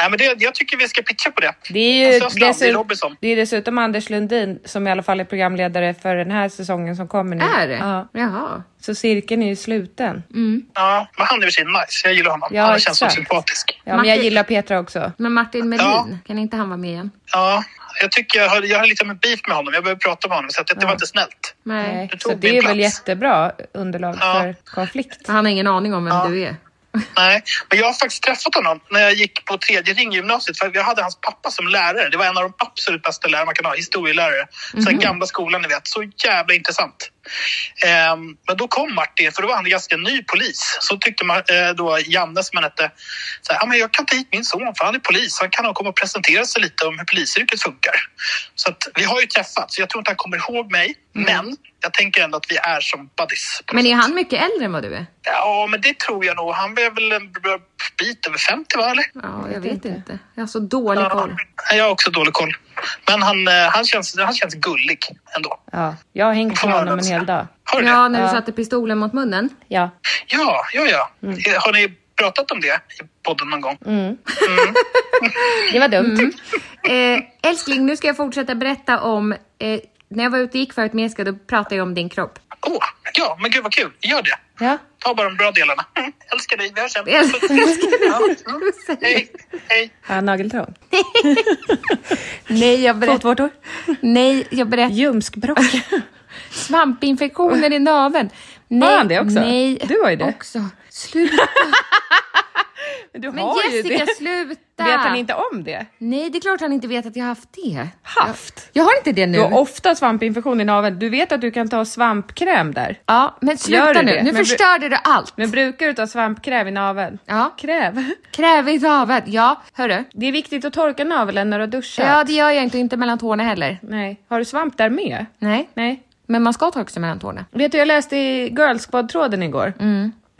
Nej, men det, jag tycker vi ska pitcha på det. Det är ju Alltså, Zlatan, det är dessutom, Robinson. det är dessutom Anders Lundin som i alla fall är programledare för den här säsongen som kommer nu. Är det? Ja. Jaha. Så cirkeln är ju sluten. Ja, men han är i och för sig nice. Jag gillar honom. Ja, han känns så exakt. sympatisk. Ja, men jag gillar Petra också. Men Martin Melin, Ja. kan inte han vara med igen? Ja, jag tycker jag har, jag har lite med beef med honom. Jag behöver prata med honom, så att det var inte snällt. Nej, Du tog så det min är väl plats. jättebra underlag Ja. för konflikt. Han har ingen aning om vem du är. Nej, men jag har faktiskt träffat honom när jag gick på tredje ringgymnasiet. För jag hade hans pappa som lärare. Det var en av de absolut bästa lärare man kan ha, historielärare. Så Mhm. den gamla skolan, ni vet. Så jävla intressant. Ehm, men då kom Martin, för då var han ganska ny polis. Så tyckte man, eh, då Janne, som han hette, så här, "Ja, men jag kan ta hit min son för han är polis. Han kan nog komma och presentera sig lite om hur polisyrket funkar. Så att, vi har ju träffats, jag tror inte han kommer ihåg mig. Men jag tänker ändå att vi är som buddies. på något Mm. Men är sätt. han mycket äldre än vad du är? Ja, men det tror jag nog. Han är väl en bra bit över 50, va? Eller? Ja, jag vet inte. Jag har så dålig koll. Ja, jag har också dålig koll. Men han, eh, han, känns, han känns gullig ändå. Ja, jag har hängt Får med man honom en säga. hel dag. Har du Ja, det? när du satte pistolen mot munnen. Ja. Ja, ja, ja. Mm. Eh, Har ni pratat om det i podden någon gång? Det var dumt. Eh, älskling, nu ska jag fortsätta berätta om eh, när jag var ute och gick förut med Jessica, då pratade jag om din kropp. Åh, ja, men gud vad kul. Gör det. Ja. Ta bara de bra delarna. Mm, älskar dig. Vi hörs sen. Jag älskar det Ja, mm. du säger. Hej, hej. Har jag nageltrång? Nej, jag berättar. Fotvårtor? Nej, jag berättar. Ljumskbråck? Svampinfektioner i naveln. Nej, han det också? Nej, Du har ju det. Också. Sluta. Du Men har ju Jessica, det. sluta. Vet han inte om det? Nej, det är klart han inte vet att jag har haft det. Haft? Jag har inte det nu. Du har ofta svampinfektion i naveln. Du vet att du kan ta svampkräm där? ja, men Gör sluta du nu. det? Nu Men- förstörde du allt. Men brukar du ta svampkräm i naveln? Ja. Kräv? Kräv i naveln. Ja, hörru. Det är viktigt att torka naveln när du har duschat. Ja, det gör jag inte. och Inte mellan tårna heller. Nej. Har du svamp där med? Nej. Nej. Men man ska ta också mellan tårna. Vet du, jag läste i Girlsquad-tråden igår.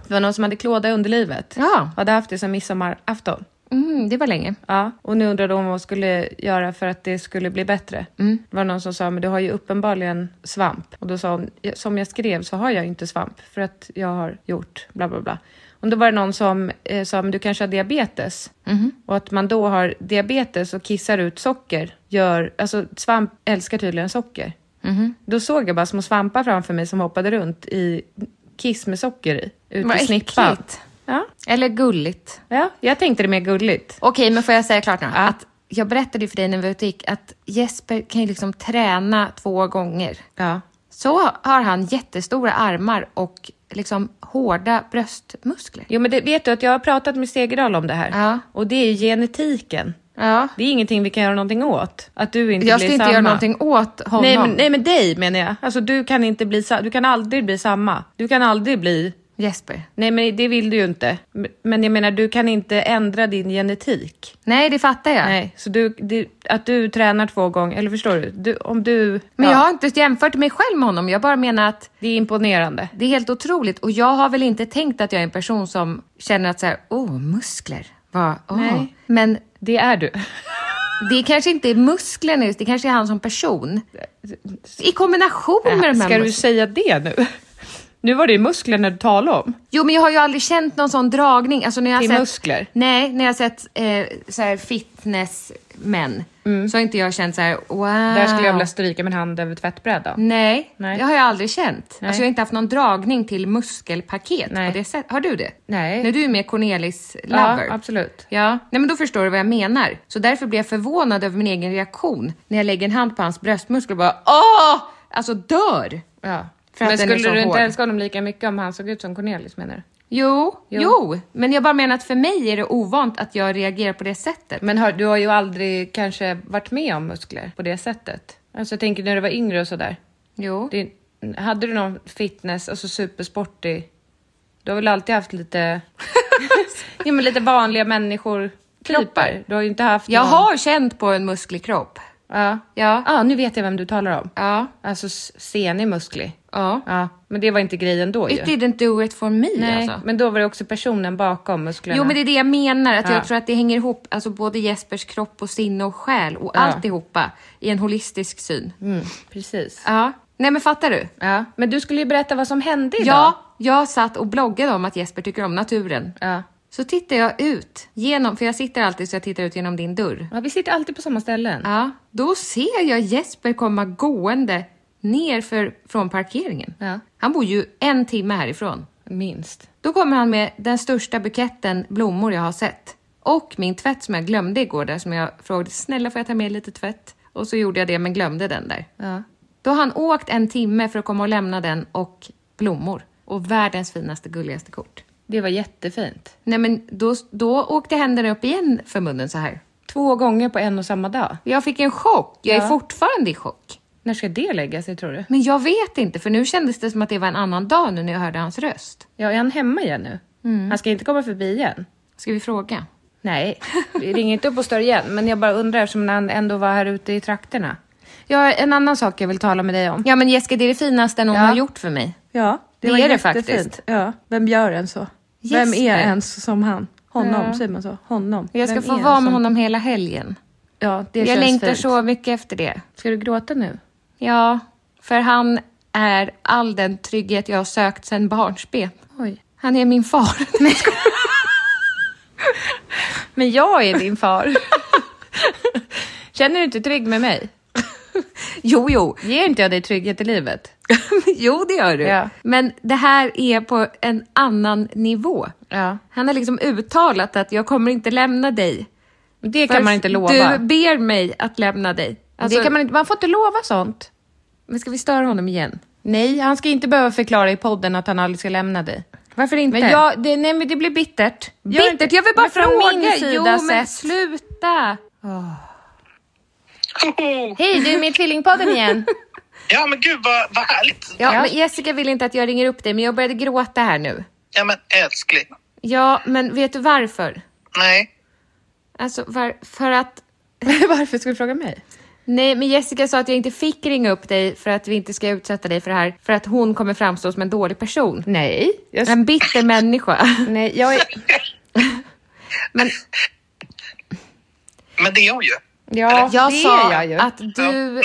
Det var någon som hade klåda i underlivet. Mm. Ja. Hade haft det som midsommarafton. Mm, det var länge. Ja, och nu undrade hon vad hon skulle göra för att det skulle bli bättre. Mm. Det var någon som sa, men du har ju uppenbarligen svamp. Och då sa hon, "Ja, som jag skrev så har jag ju inte svamp för att jag har gjort bla bla bla. Och då var det någon som eh, sa, men du kanske har diabetes. Mm-hmm. Och att man då har diabetes och kissar ut socker gör, alltså svamp älskar tydligen socker. Mm-hmm. Då såg jag bara små svampar framför mig som hoppade runt i kiss med socker i, ut Vad i snippan. äckligt. Ja, Eller gulligt. ja, jag tänkte det mer gulligt. Okej, men får jag säga klart nu? Att jag berättade ju för dig när vi var ute och gick att Jesper kan ju liksom träna två gånger. Ja. Så har han jättestora armar och liksom hårda bröstmuskler. Jo, men det, vet du att jag har pratat med Segerdahl om det här. Ja. Och det är ju genetiken. Ja. Det är ingenting vi kan göra någonting åt. Att du inte Jag blir ska inte samma. göra någonting åt honom. Nej men, nej, men dig menar jag. Alltså du kan inte bli sa- Du kan aldrig bli samma. Du kan aldrig bli... Jesper. Nej, men det vill du ju inte. M- Men jag menar, du kan inte ändra din genetik. Nej, det fattar jag. Nej, så du, det, att du tränar två gånger, eller förstår du? du om du... Men ja, jag har inte jämfört mig själv med honom. Jag bara menar att Det är imponerande. det är helt otroligt. Och jag har väl inte tänkt att jag är en person som känner att så här, åh, muskler. Vad, åh. Nej. Men Det är du. det kanske inte är musklerna just, det kanske är han som person. I kombination med de här Ska du musklerna. säga det nu? Nu var det ju musklerna du talade om. Jo, men jag har ju aldrig känt någon sån dragning. Alltså, när jag har Till sett, muskler? Nej, när jag har sett eh, så här fitnessmän så har inte jag känt så här, wow. Mm. Där skulle jag vilja stryka min hand över tvättbrädan. Nej, Nej. det har jag aldrig känt. Nej. Alltså, jag har inte haft någon dragning till muskelpaket Nej. på det sättet. Har du det? Nej. När du är mer Cornelis-lover? Ja, absolut. Ja, nej men då förstår du vad jag menar. Så därför blir jag förvånad över min egen reaktion när jag lägger en hand på hans bröstmuskler och bara åh! Alltså dör! Ja. För Men att den är skulle så du hård. inte älska honom lika mycket om han såg ut som Cornelis menar du? Jo, Jo. jo, men jag bara menar att för mig är det ovant att jag reagerar på det sättet. Men har, du har ju aldrig kanske varit med om muskler på det sättet? Alltså jag tänker när du var yngre och sådär. Jo. Det, hade du någon fitness, alltså supersportig? Du har väl alltid haft lite, ja, men lite vanliga människor kroppar? Du har ju inte haft Jag någon- har känt på en musklig kropp. Ja. Ja. ja, nu vet jag vem du talar om. Ja. Alltså s- senig musklig. Ja. ja. Men det var inte grejen då It ju. didn't do it for me Nej, alltså. men då var det också personen bakom musklerna. Jo, men det är det jag menar. Att Ja. Jag tror att det hänger ihop, alltså både Jespers kropp och sinne och själ och Ja. alltihopa i en holistisk syn. Mm, precis. Ah. Ja. Nej, men fattar du? Ja. Men du skulle ju berätta vad som hände idag. Ja, jag satt och bloggade om att Jesper tycker om naturen. Ja. Så tittar jag ut genom, för jag sitter alltid så jag tittar ut genom din dörr. ja. Vi sitter alltid på samma ställen. Ah. Ja, då ser jag Jesper komma gående ner för, från parkeringen. Ja. Han bor ju en timme härifrån. Minst. Då kommer han med den största buketten blommor jag har sett. Och min tvätt som jag glömde igår där som jag frågade snälla får jag ta med lite tvätt? Och så gjorde jag det men glömde den där. Ja. Då har han åkt en timme för att komma och lämna den och blommor. Och världens finaste gulligaste kort. Det var jättefint. Nej men då, då åkte händerna upp igen för munnen så här. Två gånger på en och samma dag. Jag fick en chock. Jag är Ja. fortfarande i chock. När ska det lägga sig tror du? Men jag vet inte för nu kändes det som att det var en annan dag nu när jag hörde hans röst. Ja, är han hemma igen nu? Mm. Han ska inte komma förbi igen? Ska vi fråga? Nej, ring inte upp och stör igen. Men jag bara undrar eftersom han ändå var här ute i trakterna. Jag har en annan sak jag vill tala med dig om. Ja men Jessica det är det finaste någon Ja. har gjort för mig. Ja, det, Det var är det jättefint. faktiskt. Ja, vem gör en så? Vem Jesper. är ens som han? Honom, säger man så? Honom. Jag ska Vem få är vara en med som- honom hela helgen. Ja, det jag känns längtar fint. så mycket efter det. Ska du gråta nu? Ja, för han är all den trygghet jag har sökt sedan barnsben. Oj. Han är min far. Men jag är din far. Känner du inte trygg med mig? jo, jo. Ger inte jag dig trygghet i livet? jo, det gör du. Ja. Men det här är på en annan nivå. Ja. Han har liksom uttalat att jag kommer inte lämna dig. Det kan man Fast inte lova. Du ber mig att lämna dig. Alltså, det kan man, inte, man får inte lova sånt. Men ska vi störa honom igen? Nej, han ska inte behöva förklara i podden att han aldrig ska lämna dig. Varför inte? Men jag, det, nej men det blir bittert. Gör Bittert, inte- jag vill bara men från fråga. Min sida jo, men sett. sluta. Hej, du är med i Tvillingpodden igen. Ja, men gud vad, vad härligt. Ja, Men Jessica vill inte att jag ringer upp dig, men jag började gråta här nu. Ja, men älskling. Ja, men vet du varför? Nej. Alltså, var, för att... Varför ska du fråga mig? Nej, men Jessica sa att jag inte fick ringa upp dig för att vi inte ska utsätta dig för det här, för att hon kommer framstå som en dålig person. Nej. Jag, En bitter människa. nej, jag är... Men det är hon ju. Ja, Jag det sa är jag ju. att du...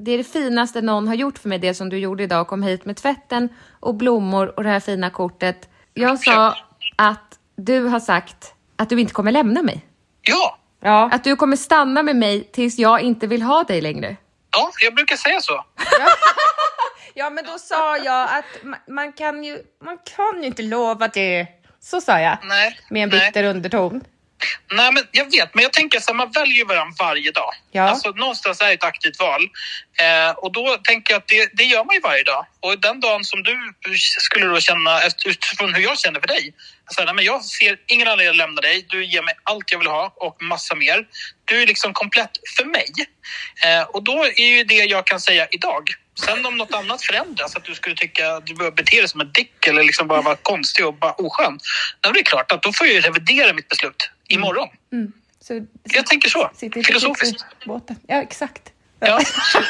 Det är det finaste någon har gjort för mig, det som du gjorde idag. Kom hit med tvätten och blommor och det här fina kortet. Jag sa att du har sagt att du inte kommer lämna mig. Ja. Ja, Att du kommer stanna med mig tills jag inte vill ha dig längre. ja, jag brukar säga så. ja, men då sa jag att man, man kan ju man kan ju inte lova det. Så sa jag. Nej, Med en nej. bitter underton. Nej, men jag vet, men jag tänker så här, man väljer varandra varje dag. Ja. Alltså, någonstans är det ett aktivt val. Eh, och då tänker jag att det, det gör man ju varje dag. Och den dagen som du skulle då känna, efter- utifrån hur jag känner för dig, så här, nej, men jag ser ingen anledning att lämna dig, du ger mig allt jag vill ha och massa mer. Du är liksom komplett för mig. Eh, och då är ju det jag kan säga idag. Sen om något annat förändras, att du skulle tycka att du börjar bete dig som en dick eller liksom bara vara konstig och bara oskön. Då är det klart att då får jag ju revidera mitt beslut imorgon. Så, Jag tänker så. sitter i Filosofiskt. båten. Ja, exakt. Ja.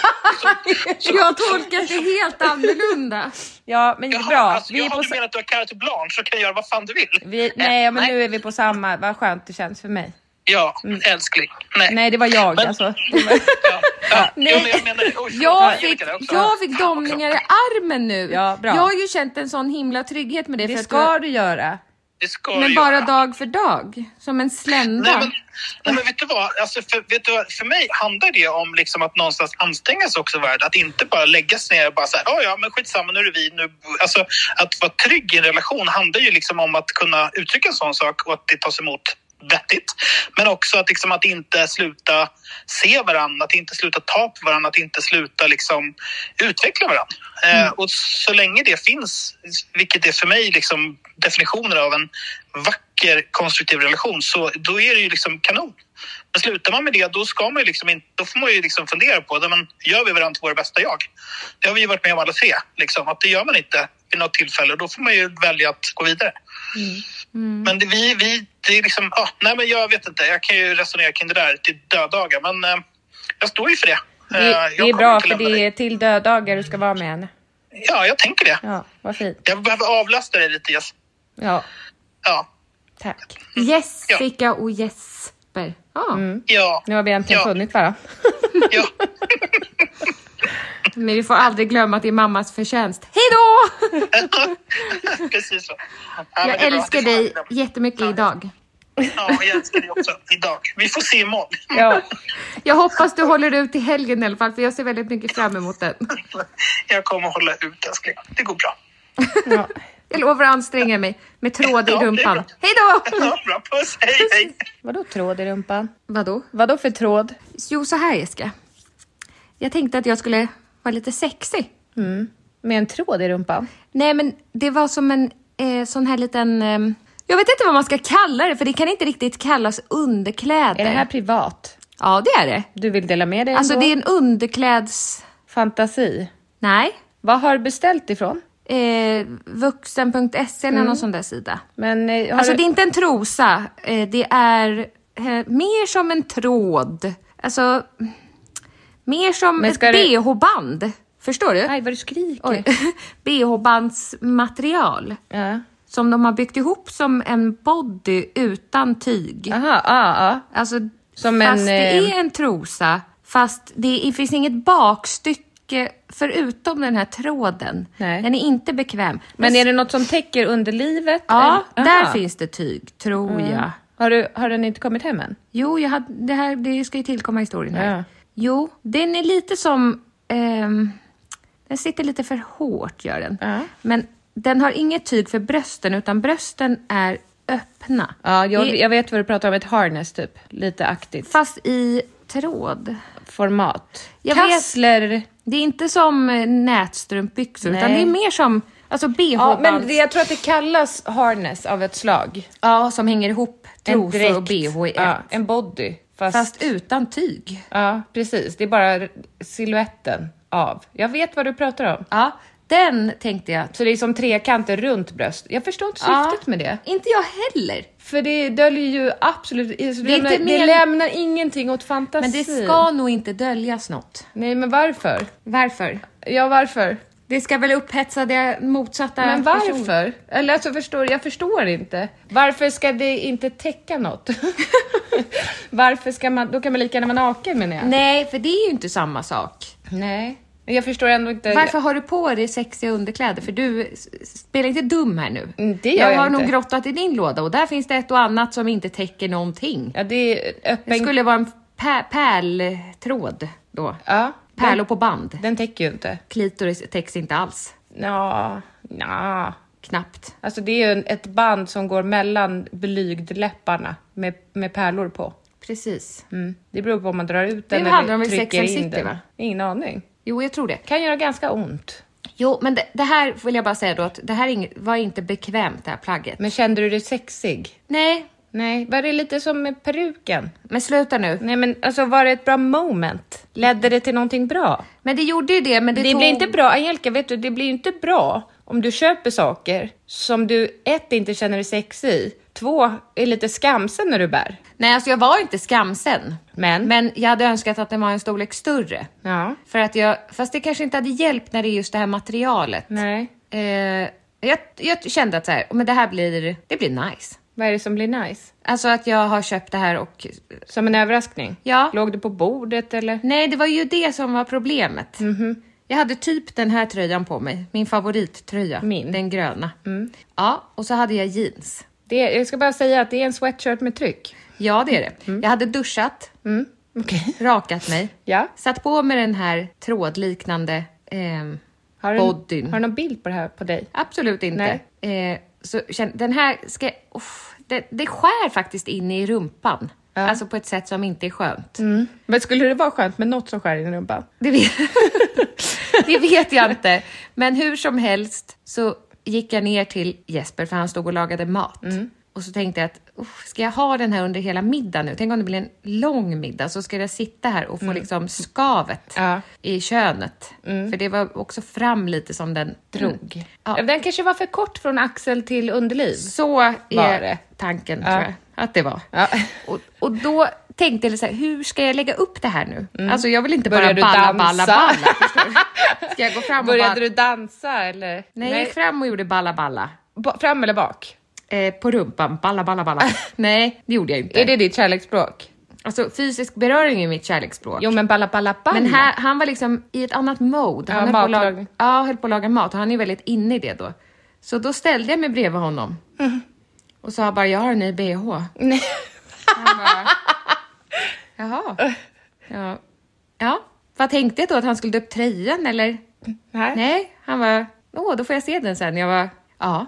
Jag tolkar det helt annorlunda. Ja, men det är Jaha, bra. alltså, vi är jag på har du sa- menat att du har carte blanche så kan jag göra vad fan du vill. Eh, vi, nej, men nu är vi på samma. Vad skönt det känns för mig. Ja, älskling. Nej. Nej, det var jag Men- alltså. Ja. Ja. Jo, men jag menar... Oj, förlåt, Jag Angelica fick, där också. jag fick domningar i armen nu. Ja, bra. Jag har ju känt en sån himla trygghet med det. Det för att ska du göra. Det ska du, men jag bara göra. dag för dag. Som en slända. Nej men, nej, men vet du vad? Alltså, för, vet du vad? för mig handlar det om liksom att någonstans anstränga sig också värd. Att inte bara lägga sig ner och bara säga ja ja men skitsamma nu är det vi. Nu. Alltså, att vara trygg i en relation handlar ju liksom om att kunna uttrycka en sån sak och att det tas emot vettigt. Men också att, liksom, att inte sluta se varandra, att inte sluta ta på varandra, att inte sluta liksom, utveckla varandra. Eh, och så länge det finns, vilket är för mig liksom, definitionen av en vacker konstruktiv relation, så då är det ju liksom kanon. Men slutar man med det, då, ska man ju liksom inte, då får man ju liksom fundera på det. Men gör vi varandra till våra bästa jag? Det har vi ju varit med om alla tre. Liksom, att det gör man inte vid något tillfälle. Då får man ju välja att gå vidare. Mm. Men det, vi, vi, det är liksom... Ah, nej, men jag vet inte. Jag kan ju resonera kring det där till döddagar. Men eh, jag står ju för det. Eh, Det, det är bra för det är till döddagar du ska vara med henne. Ja, jag tänker det. Ja, vad fint. Jag behöver avlasta dig lite, Jess. Ja, Ja. tack. Jessica och Jesper. Ja, Mm. Ja. Nu har vi äntligen Ja. Mm. funnit varandra. ja. men vi får aldrig glömma att det är mammas förtjänst. Hej då! Precis så. Ja, men Jag det är bra. älskar Det får dig man glömma. jättemycket idag. Ja, jag älskar dig också. Idag. Vi får se imorgon. Ja. Jag hoppas du håller ut till helgen i alla fall, för jag ser väldigt mycket fram emot den. Jag kommer hålla ut, älskling. Det går bra. Jag lovar att anstränga mig med tråd i Ja, det är rumpan. bra. Hej då! Ja, bra. Puss. Hej, hej. Vadå tråd i rumpan? Vadå? Vadå för tråd? Jo, så här Jessica. Jag tänkte att jag skulle vara lite sexig. Med en tråd i rumpan? Nej, men det var som en eh, sån här liten... ehm, jag vet inte vad man ska kalla det, för det kan inte riktigt kallas underkläder. Är det här privat? Ja, det är det. Du vill dela med dig Alltså, ändå? det är en underkläds... Fantasi? Nej. Vad har du beställt ifrån? Eh, vuxen.se E eller Mm. någon sån där sida. Men, eh, har Alltså du... det är inte en trosa, eh, det är eh, mer som en tråd. Alltså, mer som Men ett ska du- bh-band. Förstår du? Aj, vad du skriker. Oj. bh-bandsmaterial. Ja. Som de har byggt ihop som en body utan tyg. Aha, ja, ja. Alltså, Som fast en, det eh, är en trosa, fast det är- finns inget bakstycke förutom den här tråden. Nej. Den är inte bekväm. Men är det något som täcker underlivet? Ja, eller? där Aha. Mm. finns det tyg, tror jag. Har, du, har den inte kommit hem än? Jo, jag hade, det, här, det ska ju tillkomma historien här. Ja. Jo, den är lite som... ehm, den sitter lite för hårt, gör den. Ja. Men den har inget tyg för brösten, utan brösten är öppna. Ja, jag, Det- jag vet vad du pratar om, ett harness typ. Lite aktigt Fast i tråd. format. Jag vet- Kassler. Det är inte som eh, nätstrumpbyxor, utan Nej. det är mer som alltså bh Ja, men det, jag tror att det kallas harness av ett slag. ja, som hänger ihop En trosor och dräkt. bh i ett. Ja, en body. Fast, Fast utan tyg. Ja, precis. Det är bara siluetten av. Jag vet vad du pratar om. Ja, den tänkte jag. Så det är som trekanter runt bröst. Jag förstår inte syftet med det. Inte jag heller. För det döljer ju absolut... Det, Det är inte lämnar, det men- lämnar ingenting åt fantasin. Men det ska nog inte döljas något. Nej, men varför? Varför? Ja, varför? Det ska väl upphetsa det motsatta Men person- varför? Eller alltså, förstår, jag förstår inte. Varför ska det inte täcka något? varför ska man... Då kan man lika gärna vara naken menar jag. Nej, för det är ju inte samma sak. Nej. Men jag förstår ändå inte... Varför har du på dig sexiga underkläder? För du, s- s- spela inte dum här nu. Mm, det gör jag har inte. nog grottat i din låda och där finns det ett och annat som inte täcker någonting. Ja, det är Det öppen... skulle vara en pär- pärltråd då. Ja. Pärlor på band. Den täcker ju inte. Klitoris täcks inte alls. Ja, ja. Knappt. Alltså det är ju en- ett band som går mellan blygdläpparna med, med pärlor på. Precis. Mm. Det beror på om man drar ut Det den hade de eller väl i Sex trycker and in City, den. va? Ingen aning. Jo, jag tror det. Kan göra ganska ont. Jo, men det, det här vill jag bara säga då att det här är inget- var inte bekvämt det här plagget. Men kände du dig sexig? Nej, Nej, var det lite som med peruken? men sluta nu. Nej men alltså var det ett bra moment? Ledde det till någonting bra? Men det gjorde ju det, men det, Det, tog... blir inte bra, Angelica vet du, det blir ju inte bra om du köper saker som du ett, inte känner dig sexig i, två, är lite skamsen när du bär. Nej, alltså jag var inte skamsen. Men? Men jag hade önskat att den var en storlek större. Ja. För att jag... Fast det kanske inte hade hjälpt när det är just det här materialet. Nej. Eh, jag, jag kände att så här, men det här blir, det blir nice. Vad är det som blir nice? Alltså att jag har köpt det här och... Som en överraskning? Ja. Låg du på bordet eller? Nej, det var ju det som var problemet. Mhm. Jag hade typ den här tröjan på mig, min favorittröja. Min. Mm. Den gröna. Ja, och så hade jag jeans. Det, jag ska bara säga att det är en sweatshirt med tryck. Ja, det är det. Jag hade duschat, Mm. Okej. rakat mig, Ja. satt på mig den här trådliknande ehm, Har du, bodyn. har du någon bild på det här på dig? Absolut inte. Eh, så känn, den här ska... Uff, det, det skär faktiskt in i rumpan. Alltså på ett sätt som inte är skönt. Men skulle det vara skönt med något som skär in i rumpan? Det, vet, det vet jag inte. Mm. Men hur som helst så gick jag ner till Jesper, för han stod och lagade mat. Och Och så tänkte jag att "Uff, ska jag ha den här under hela middagen nu? Tänk om det blir en lång middag så ska jag sitta här och få liksom skavet Mm. Ja. Mm. i könet. För det var också fram lite som den drog. Ja. Ja. Den kanske var för kort från axel till underliv. Så är Var det. tanken, tror jag att det var. Ja. Och, och då tänkte jag, så här, hur ska jag lägga upp det här nu? Alltså jag vill inte Mm. Börjar du bara balla, balla, dansa? balla. förstår du? Ska jag gå fram och bara... Började du dansa eller? Nej, jag gick fram och gjorde balla, balla. Ba- Fram eller bak? Eh, på rumpan, balla, balla, balla. Nej, det gjorde jag inte. Är det ditt kärleksspråk? Alltså fysisk beröring är mitt kärleksspråk. Jo men balla balla balla. Men här, han var liksom i ett annat mode. Ja, Han höll, på att laga, matlagning. ja, höll på att laga mat och han är väldigt inne i det då. Så då ställde jag mig bredvid honom och sa bara, jag har en ny bh. Mm. Nej. Han bara, jaha. Ja. ja, vad tänkte jag då? Att han skulle dra upp tröjan eller? Nej. Nej, han var åh, då får jag se den sen. Jag var ja.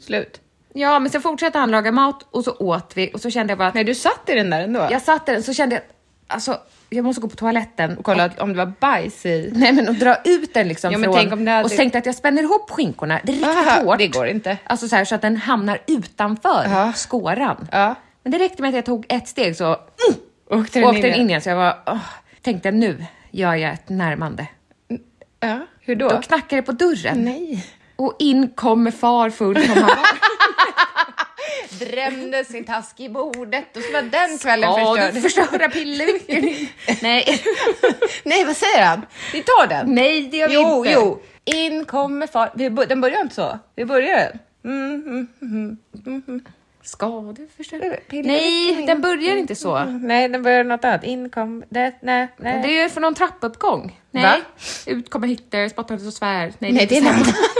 Slut. Ja, men sen fortsatte han laga mat och så åt vi och så kände jag bara att Nej du satt i den där ändå? jag satt där och så kände jag att alltså, jag måste gå på toaletten. Och kollade om det var bajs i. Nej men att dra ut den liksom Ja, men från... tänk om det hade- Och så tänkte jag att jag spänner ihop skinkorna riktigt hårt. det går inte. Alltså så här så att den hamnar utanför Ja. skåran. Ja. Men det räckte med att jag tog ett steg så mm, åkte Åkte den in igen? igen. Så jag var, åh, tänkte nu gör jag ett närmande. Ja. Hur då? Då knackade det på dörren. Nej. Och in kommer far full som han var. Drämde sin task i bordet och så var den kvällen Ja, förstörd. du förstöra pillervicken. Nej. Nej vad säger han? Vi tar den. Nej, det gör vi jo, inte. Jo, In kommer far. Vi, bör- den börjar inte så. Vi börjar den. Mm, mm, mm, mm, mm. Ska du förstöra? Pillervicken. Nej, den börjar inte så. Nej, den börjar något annat. In kom... Det, nej, nej. Det är för någon trappuppgång. Eh. Nej. Va? Ut kommer Hitler, spottandes och svär. Nej, Nej, det är inte något sant.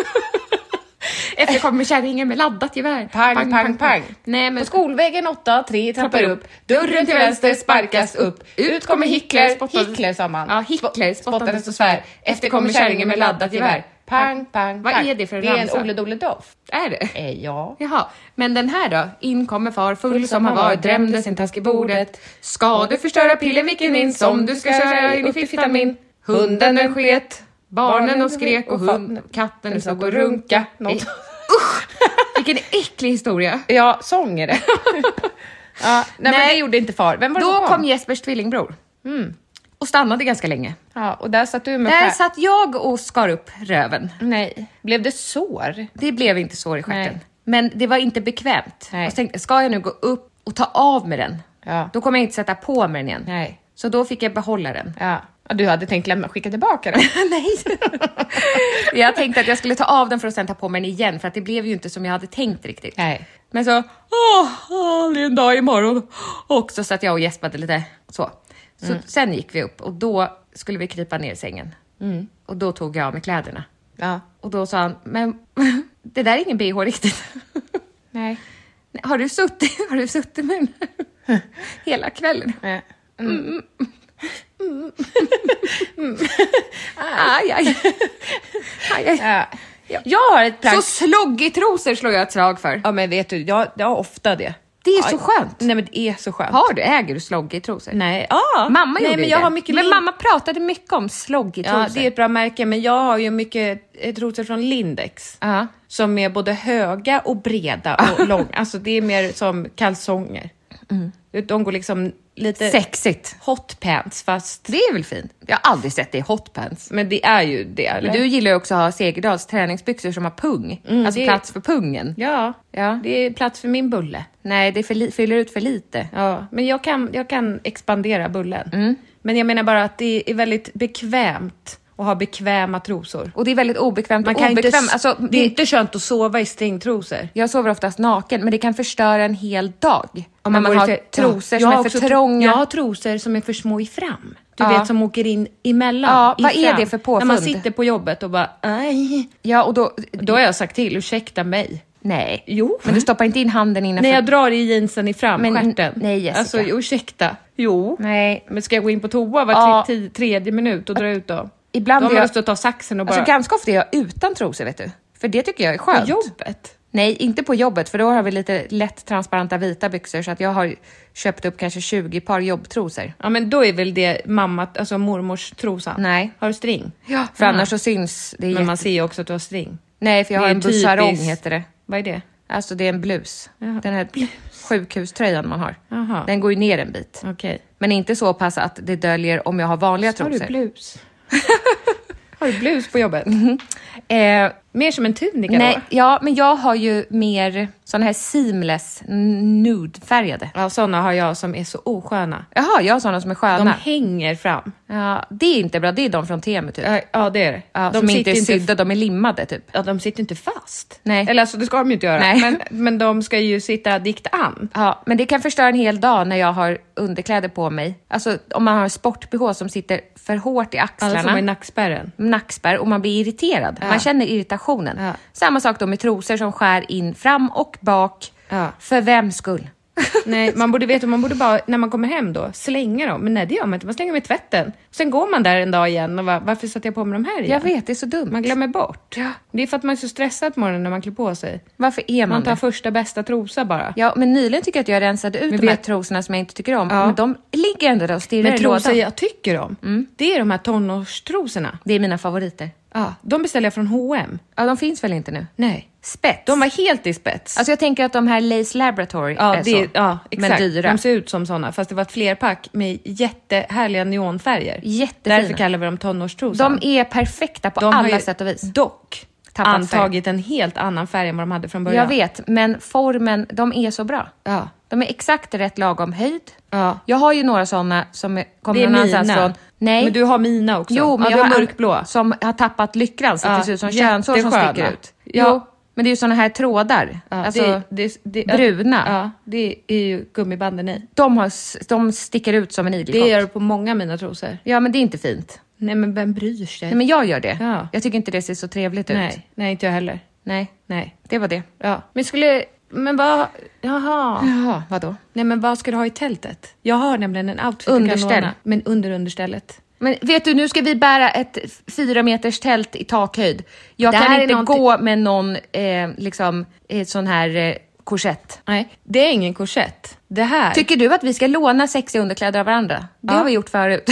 Efter kommer kärringen med laddat gevär. Pang, pang, pang. Nej, men På skolvägen 8, 3 trappor upp. Dörren till vänster sparkas upp. Ut kommer Hitler. spottades- Hitler sa man. Ja, Hitler Spottades och svär. Efter kommer kärringen med laddat gevär. Pang, pang, Vad pang. är det för en Det är en ramsa? Olle Dole Doff. Är det? Eh, ja. Jaha, men den här då? In kommer far full som han var, drämde sin task i bordet. Ska du förstöra pillermicken min som du ska köra in i fittan min? Hunden den sket, barnen och skrek och hund, katten stod och runka. Något. Usch! Vilken äcklig historia. Ja, sång är det. ja, nej, men Nej. det gjorde inte far. Vem var det Då som kom Mm. Jespers tvillingbror. Och stannade ganska länge. Ja, och där satt du med Där skär- satt jag och skar upp röven. Nej. Blev det sår? Det blev inte sår i stjärten. Nej. Men det var inte bekvämt. Nej. Och så tänkte jag, ska jag nu gå upp och ta av mig den? Ja. Då kommer jag inte sätta på mig den igen. Nej. Så då fick jag behålla den. Ja. ja. Du hade tänkt lämna, skicka tillbaka den? Nej. jag tänkte att jag skulle ta av den för att sen ta på mig den igen, för att det blev ju inte som jag hade tänkt riktigt. Nej. Men så, åh, åh, det är en dag imorgon. Och så satt jag och gäspade lite så. så Mm. Sen gick vi upp och då skulle vi krypa ner i sängen. Och då tog jag av mig kläderna. Mm. Ja. Och då sa han, men det där är ingen bh riktigt. Nej. Nej, Har du suttit, har du suttit med den här hela kvällen? Nej. Aj, aj. aj, aj. Ja. Ja. Jag har ett plagg. Så sloggitrosor slår jag ett slag för. Ja men vet du, jag, jag har ofta det. Det är Ja, så skönt. Nej men det är så skönt. Har du, äger du sloggitrosor? Nej, ja. Mamma Nej, gjorde men ju jag det. har mycket men lin- mamma pratade mycket om sloggitrosor. Ja, det är ett bra märke, men jag har ju mycket eh, trosor från Lindex. Ja. Som är både höga och breda och långa. Alltså det är mer som kalsonger. Mm. De går liksom lite... Sexigt. Hot pants fast... Det är väl fint? Jag har aldrig sett det i hotpants. Men det är ju det, eller? Men du gillar ju också att ha Segerdahls träningsbyxor som har pung. alltså Mm, det- plats för pungen. Ja, Ja. det är plats för min bulle. Nej, det för li- fyller ut för lite. Mm. Ja, men jag kan, jag kan expandera bullen. Men jag menar bara att det är väldigt bekvämt att ha bekväma trosor. Och det är väldigt obekvämt Man och kan ju obekvämt. inte, s- Alltså, det är inte skönt att sova i stringtrosor. Jag sover oftast naken, men det kan förstöra en hel dag. Om man, går i har för- trosor som Ja, jag är har för också tro- trånga. Jag har trosor som är för små i fram. Du Ja. vet som åker in emellan. Ja, i vad är fram. det för påfund? När man sitter på jobbet och bara aj. Ja, och då... Då har jag sagt till, ursäkta mig. Nej. Jo. Men du stoppar inte in handen innanför... När jag drar i jeansen i framstjärten. Men- nej, Jessica. Alltså ursäkta. Jo. Nej. Men ska jag gå in på toa var Ja. ti- ti- tredje minut och dra ut dem? Ibland Då har är man jag- lust att ta saxen och bara... Alltså ganska ofta är jag utan trosor, vet du. För det tycker jag är på skönt. jobbet? Nej, inte på jobbet, för då har vi lite lätt transparenta vita byxor, så att jag har köpt upp kanske 20 par jobbtrosor. Ja men då är väl det mamma, alltså mormors trosa? Nej. Har du string? Ja. För annars så syns det Men jätte... man ser ju också att du har string. Nej, för jag Det har är en bussarong, typiskt- heter det. Vad är det? Alltså det är en blus. Den här sjukhuströjan man har. Den går ju ner en bit. Okej. Men inte så pass att det döljer om jag har vanliga Har du trosor. blus? har du blus på jobbet? Eh, Mer som en tunika nej, då? ja, men jag har ju mer sådana här seamless n- nude-färgade. Ja, såna har jag som är så osköna. Jaha, jag har sådana som är De sköna. hänger fram. ja, det är inte bra, det är de från Temu typ. Ja, ja, det är det. Ja, de, som sitter inte är inte, sydda, de är limmade typ. ja, de sitter inte fast. Nej. Eller alltså, det ska de ju inte göra. Nej. Men, men de ska ju sitta dikt an. Ja, men det kan förstöra en hel dag när jag har underkläder på mig. Alltså om man har sport-bh som sitter för hårt i axlarna. Annars får man ju Alltså, nackspärren. nackspärr och man blir irriterad. Man känner irritationen. Ja. Samma sak då med trosor som skär in fram och bak. Ja. För vems skull? Nej, man borde veta, man borde bara, när man kommer hem då, slänga dem. Men nej, det gör man inte. Man slänger dem i tvätten. Sen går man där en dag igen och bara, varför satte jag på mig de här igen? Jag vet, det är så dumt. Man glömmer bort. Det är för att man är så stressad på morgonen när man klär på sig. Varför är man, Man tar det? första bästa trosa bara. Ja, men nyligen tycker jag att jag rensade ut Men de här vet- trosorna som jag inte tycker om. Ja. Men de ligger ändå där och stirrar Men i trosor lådan. Mm. jag tycker om, det är de här tonårstrosorna. Det är mina favoriter. Ja, de beställer jag från H&M. Ja, de finns väl inte nu? Nej. Spets. De var helt i spets. Alltså jag tänker att de här Lace Laboratory ja, är det, så. ja, exakt. Men dyra. De ser ut som sådana, fast det var ett flerpack med jättehärliga neonfärger. Jättefina. Därför kallar vi dem tonårstrosan. De är perfekta på De har alla ju sätt och vis. Dock Tappat antagit en helt annan färg än vad de hade från början. Jag vet, men formen, de är så bra. Ja. De är exakt rätt lagom höjd. Ja. Jag har ju några sådana som är- kommer Det är någon annanstans mina. från. Nej. Men du har mina också. Jo, men ja, jag du har har an- mörkblå. Som har tappat lyckran så att Ja, det ser ut som könsår som jättesköna. sticker ut. Ja. Jo, men det är ju sådana här trådar. Ja, alltså, det- det- det- bruna. Ja, det är ju gummibanden i. De, har, s- de sticker ut som en Det igelkott. gör du på många av mina trosor. Ja, men det är inte fint. Nej, men vem bryr sig? Nej, men jag gör det. Ja. Jag tycker inte det ser så trevligt ut. nej, nej, inte jag heller. Nej. Nej. Det var det. Ja. Men skulle... Men vad... Jaha. Jaha, vadå? Nej, men vad ska du ha i tältet? Jag har nämligen en outfit jag Underställ. kan låna. Men under understället. Men vet du, nu ska vi bära ett f- fyra meters tält i takhöjd. Jag Det kan här är inte någonting- gå med någon eh, liksom, eh, sån här eh, korsett. Nej, det är ingen korsett. Det här... Tycker du att vi ska låna sexiga underkläder av varandra? Det Ja. har vi gjort förut.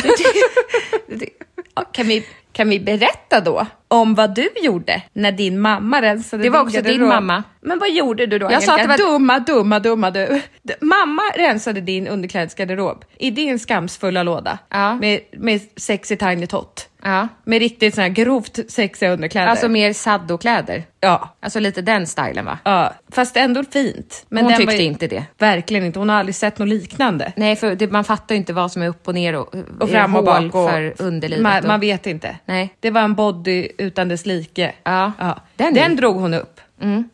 Ja, kan, vi, kan vi berätta då om vad du gjorde när din mamma rensade Det var din också din garderob? mamma. Men vad gjorde du då Jag sa att Angelica? det var- Dumma, dumma, dumma du. D- Mamma rensade din underklädesgarderob i din skamsfulla låda Ja. med, med sexy tiny tot. ja. Med riktigt såna här grovt sexiga underkläder. Alltså mer saddokläder. ja. Alltså lite den stylen va? ja, fast ändå fint. Men Hon den var tyckte ju- inte det. Verkligen inte, hon har aldrig sett något liknande. Nej, för det, man fattar ju inte vad som är upp och ner och, Och är fram och hål bak. Och för underlivet. man, och- man vet inte. Nej. Det var en body utan dess like. Ja. Den Den, Mm. är- drog hon upp.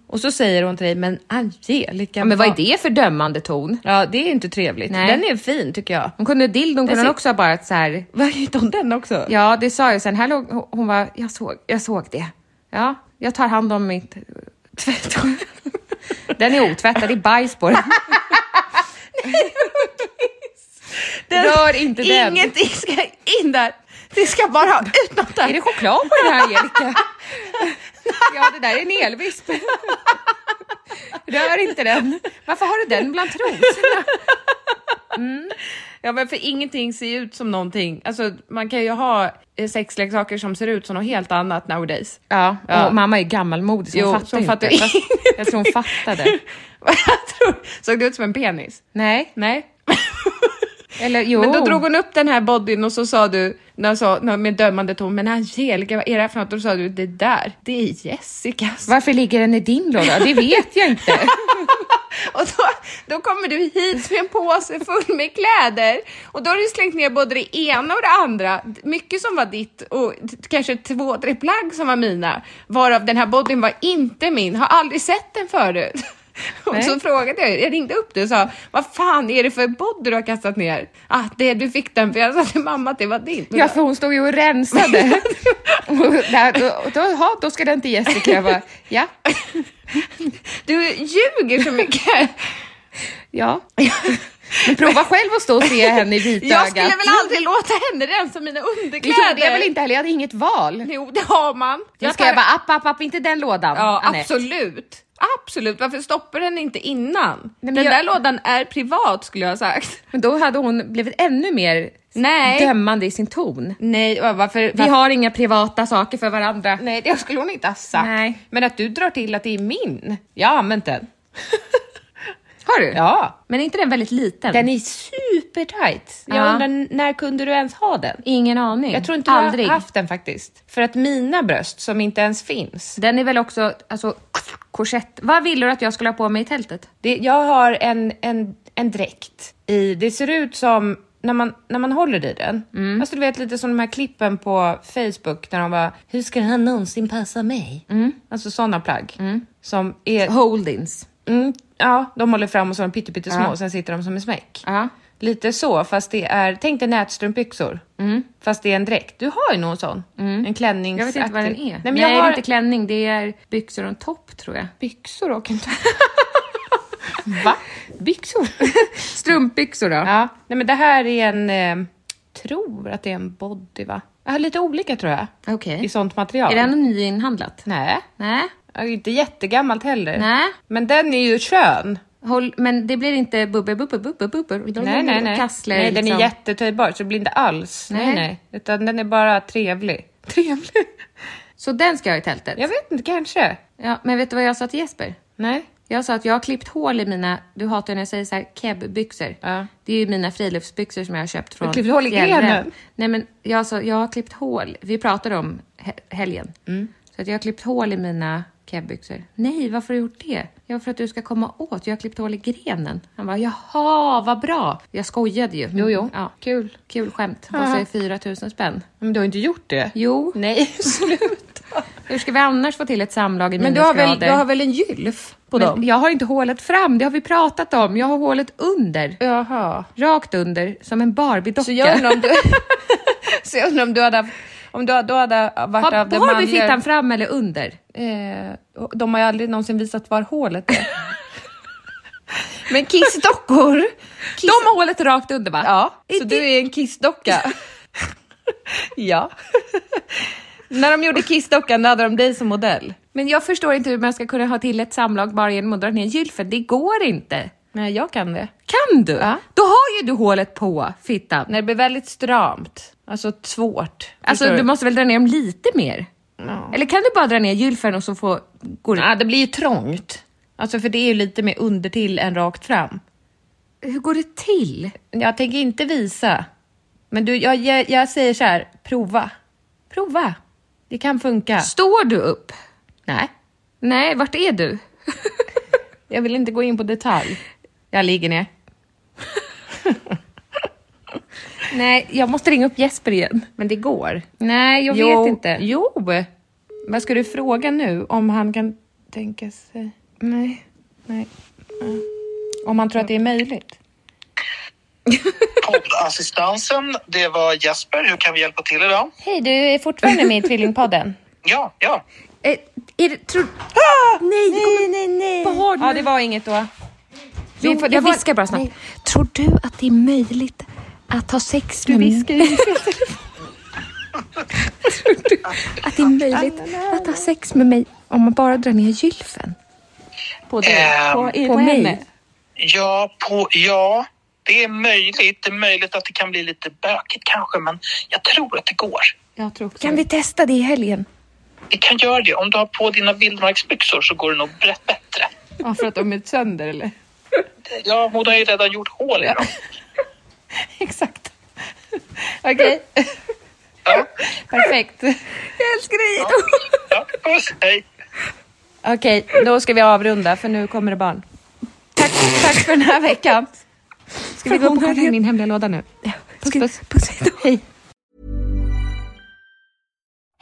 Och så säger hon till dig, men Angelica. ja, men vad är det för dömande ton? Ja, det är inte trevligt. Nej. Den är fin tycker jag. Hon kunde dildon kunde hon ser- också ha bara så här Var hittade hon den också? Ja, det sa jag sen. Här låg, hon- hon var, jag såg, jag såg det. Ja, jag tar hand om mitt tvätt. Den är otvättad, det är bajs på den. Den- Rör inte den. Ingenting ska in där. Det ska bara ha ut något där. Är det choklad på den här Angelica? Ja, det där är en elvisp. Rör inte den. Varför har du den bland trosorna? Ja, men för ingenting ser ju ut som någonting. Alltså, man kan ju ha eh, sexleksaker som ser ut som något helt annat nowadays. Ja, Ja. och mamma är gammalmodig så hon Jo, fattar så hon ju fattar inte. ju Fast Jag tror hon fattade. jag tror, såg det ut som en penis? Nej, Nej. eller jo. Men då drog hon upp den här bodyn och så sa du, när jag sa, när- med dömande ton, men Angelica, vad är det här för något? Och då sa du, det där, det är Jessicas. Varför ligger den i din låda? Det vet jag inte. Och då, då kommer du hit med en påse full med kläder och då har du slängt ner både det ena och det andra. Mycket som var ditt och t- kanske två, tre plagg som var mina, varav den här bodyn var inte min. Har aldrig sett den förut. Och så frågade jag, jag ringde upp dig och sa, vad fan är det för body du har kastat ner? Ah, det, du fick den för jag sa till mamma att det var din. Ja, för hon stod ju och rensade. och där, och då, ha, då ska den till Jessica. Jag bara, ja, Du ljuger så mycket. ja. Men prova själv att stå och se henne i vitögat. Jag skulle väl aldrig låta henne rensa mina Det gjorde jag underkläder? väl inte heller, jag hade inget val. Jo, det har man. Nu ska jag bara, app, app, app, inte den lådan. Ja, Anette. absolut. Absolut, varför stoppar den inte innan? men den jag- där lådan är privat skulle jag ha sagt. Men då hade hon blivit ännu mer Nej. dömande i sin ton. Nej, va- varför? varför? Vi har inga privata saker för varandra. Nej, det skulle hon inte ha sagt. Nej. Men att du drar till att det är min. Jag har använt den. Har du? Ja. Men är inte den väldigt liten? Den är supertight. Jag Ja. undrar, när kunde du ens ha den? Ingen aning. Jag tror inte Aldrig. jag har haft den faktiskt. För att mina bröst, som inte ens finns, Den är väl också, alltså, korsett. Vad ville du att jag skulle ha på mig i tältet? det, jag har en, en, en dräkt i, det ser ut som när man, när man håller i den. Mm. Alltså du vet lite som de här klippen på Facebook när de bara, hur ska han någonsin passa mig? Mm. Alltså sådana plagg. Som är, Holdings. mm, ja, de håller fram och så är de pytte- pyttesmå och sen sitter de som en smäck. Ja. Lite så, fast det är, tänk dig nätstrumpbyxor. Mm. Fast det är en dräkt. Du har ju någon sån. En klänning. Jag vet inte vad den är. Nej, Nej, men jag det har är inte klänning, det är byxor och en topp tror jag. byxor och en Va? Byxor? Strumpbyxor då? ja, nej men det här är en, eh, tror att det är en body va? Jag har lite olika tror jag. Okej. I sånt material. Är den nyinhandlat? Nej. Eh. Nej. Ja, Inte jättegammalt heller. Nej. Men den är ju skön. Håll, men det blir inte bubbe, bubbe, bubbe, bubbe, Nej, nej, nej. Kassler, nej den liksom. är jättetöjbar så det blir inte alls. Nej. nej, Nej. Utan den är bara trevlig. Trevlig? Så den ska jag ha i tältet? Jag vet inte, kanske. Ja, men vet du vad jag sa till Jesper? Nej. Jag sa att jag har klippt hål i mina, du hatar när jag säger så här, kebbyxor. Ja. Det är ju mina friluftsbyxor som jag har köpt från klippt hål i fjällräven. grenen? Nej men jag sa, jag har klippt hål. Vi pratade om he- helgen. Mm. Så att jag har klippt hål i mina kebbyxor. Nej, varför har du gjort det? Jag för att du ska komma åt. Jag har klippt hål i grenen. Han bara, jaha, vad bra. Jag skojade ju. Jo, jo. Ja. Kul. Kul skämt. Och så är 4 000 spänn. Men du har inte gjort det? Jo. Nej, sluta. Hur ska vi annars få till ett samlag i Men du har, minusgrader? väl, du har väl en gylf på Men dem? Jag har inte hålet fram, det har vi pratat om. Jag har hålet under. Jaha. Rakt under, som en Barbie-docka. Så jag undrar om du, så jag undrar om du hade haft- om du, du hade varit Har av det Barbie fittan fram eller under? eh, De har ju aldrig någonsin visat var hålet är. Men kissdockor, De har hålet rakt under va? ja, så du är en kissdocka. ja. När de gjorde kissdockan då hade de dig som modell. Men jag förstår inte hur man ska kunna ha till ett samlag bara genom att dra ner gylfen. Det går inte. Nej, jag kan det. Kan du? Ja. Då har ju du hålet på fittan. När det blir väldigt stramt, alltså svårt. Alltså Förstår du måste väl dra ner dem lite mer? Eller kan du bara dra ner gylfen och så få... Går det, Ja, det blir ju trångt. Alltså för det är ju lite mer under till än rakt fram. Hur går det till? Jag tänker inte visa. Men du, jag, jag, jag säger så här, prova. Prova. Det kan funka. Står du upp? Nej, Nej, vart är du? jag vill inte gå in på detalj. Jag ligger ner. Nej, jag måste ringa upp Jesper igen. Men det går. Nej, jag Jo, vet inte. Jo! Vad ska du fråga nu? Om han kan tänka sig... Nej. Nej. Nej. Om han tror att det är möjligt. Poddassistansen, det var Jesper. Hur kan vi hjälpa till idag? Hej, du är fortfarande med i Tvillingpodden. Ja, ja. Eh, är det, tror, Nej, nej, nej, nej. Ja, det var inget då. jo, får- det jag var- viskar bara snabbt. Tror du att det är möjligt att ha sex med min? viskar ju. Att det är möjligt att ha sex med mig om man bara drar ner gylfen? På dig. Ehm, På, i- på på mig. henne. Ja, på, ja, det är möjligt. Det är möjligt att det kan bli lite bökigt kanske, men jag tror att det går. Jag tror också Kan vi testa det i helgen? Vi kan göra det. Om du har på dina vildmarksbyxor så går det nog brett bättre. Ja, för att de är sönder eller? Ja, hon har ju redan gjort hål i dem. Exakt. Okej. Perfekt. Jag älskar dig! Ja, puss, hej. Okej, då ska vi avrunda för nu kommer det barn. Tack, tack för den här veckan. Ska vi gå upp och kolla i min hemliga låda nu? Puss, puss. Hej.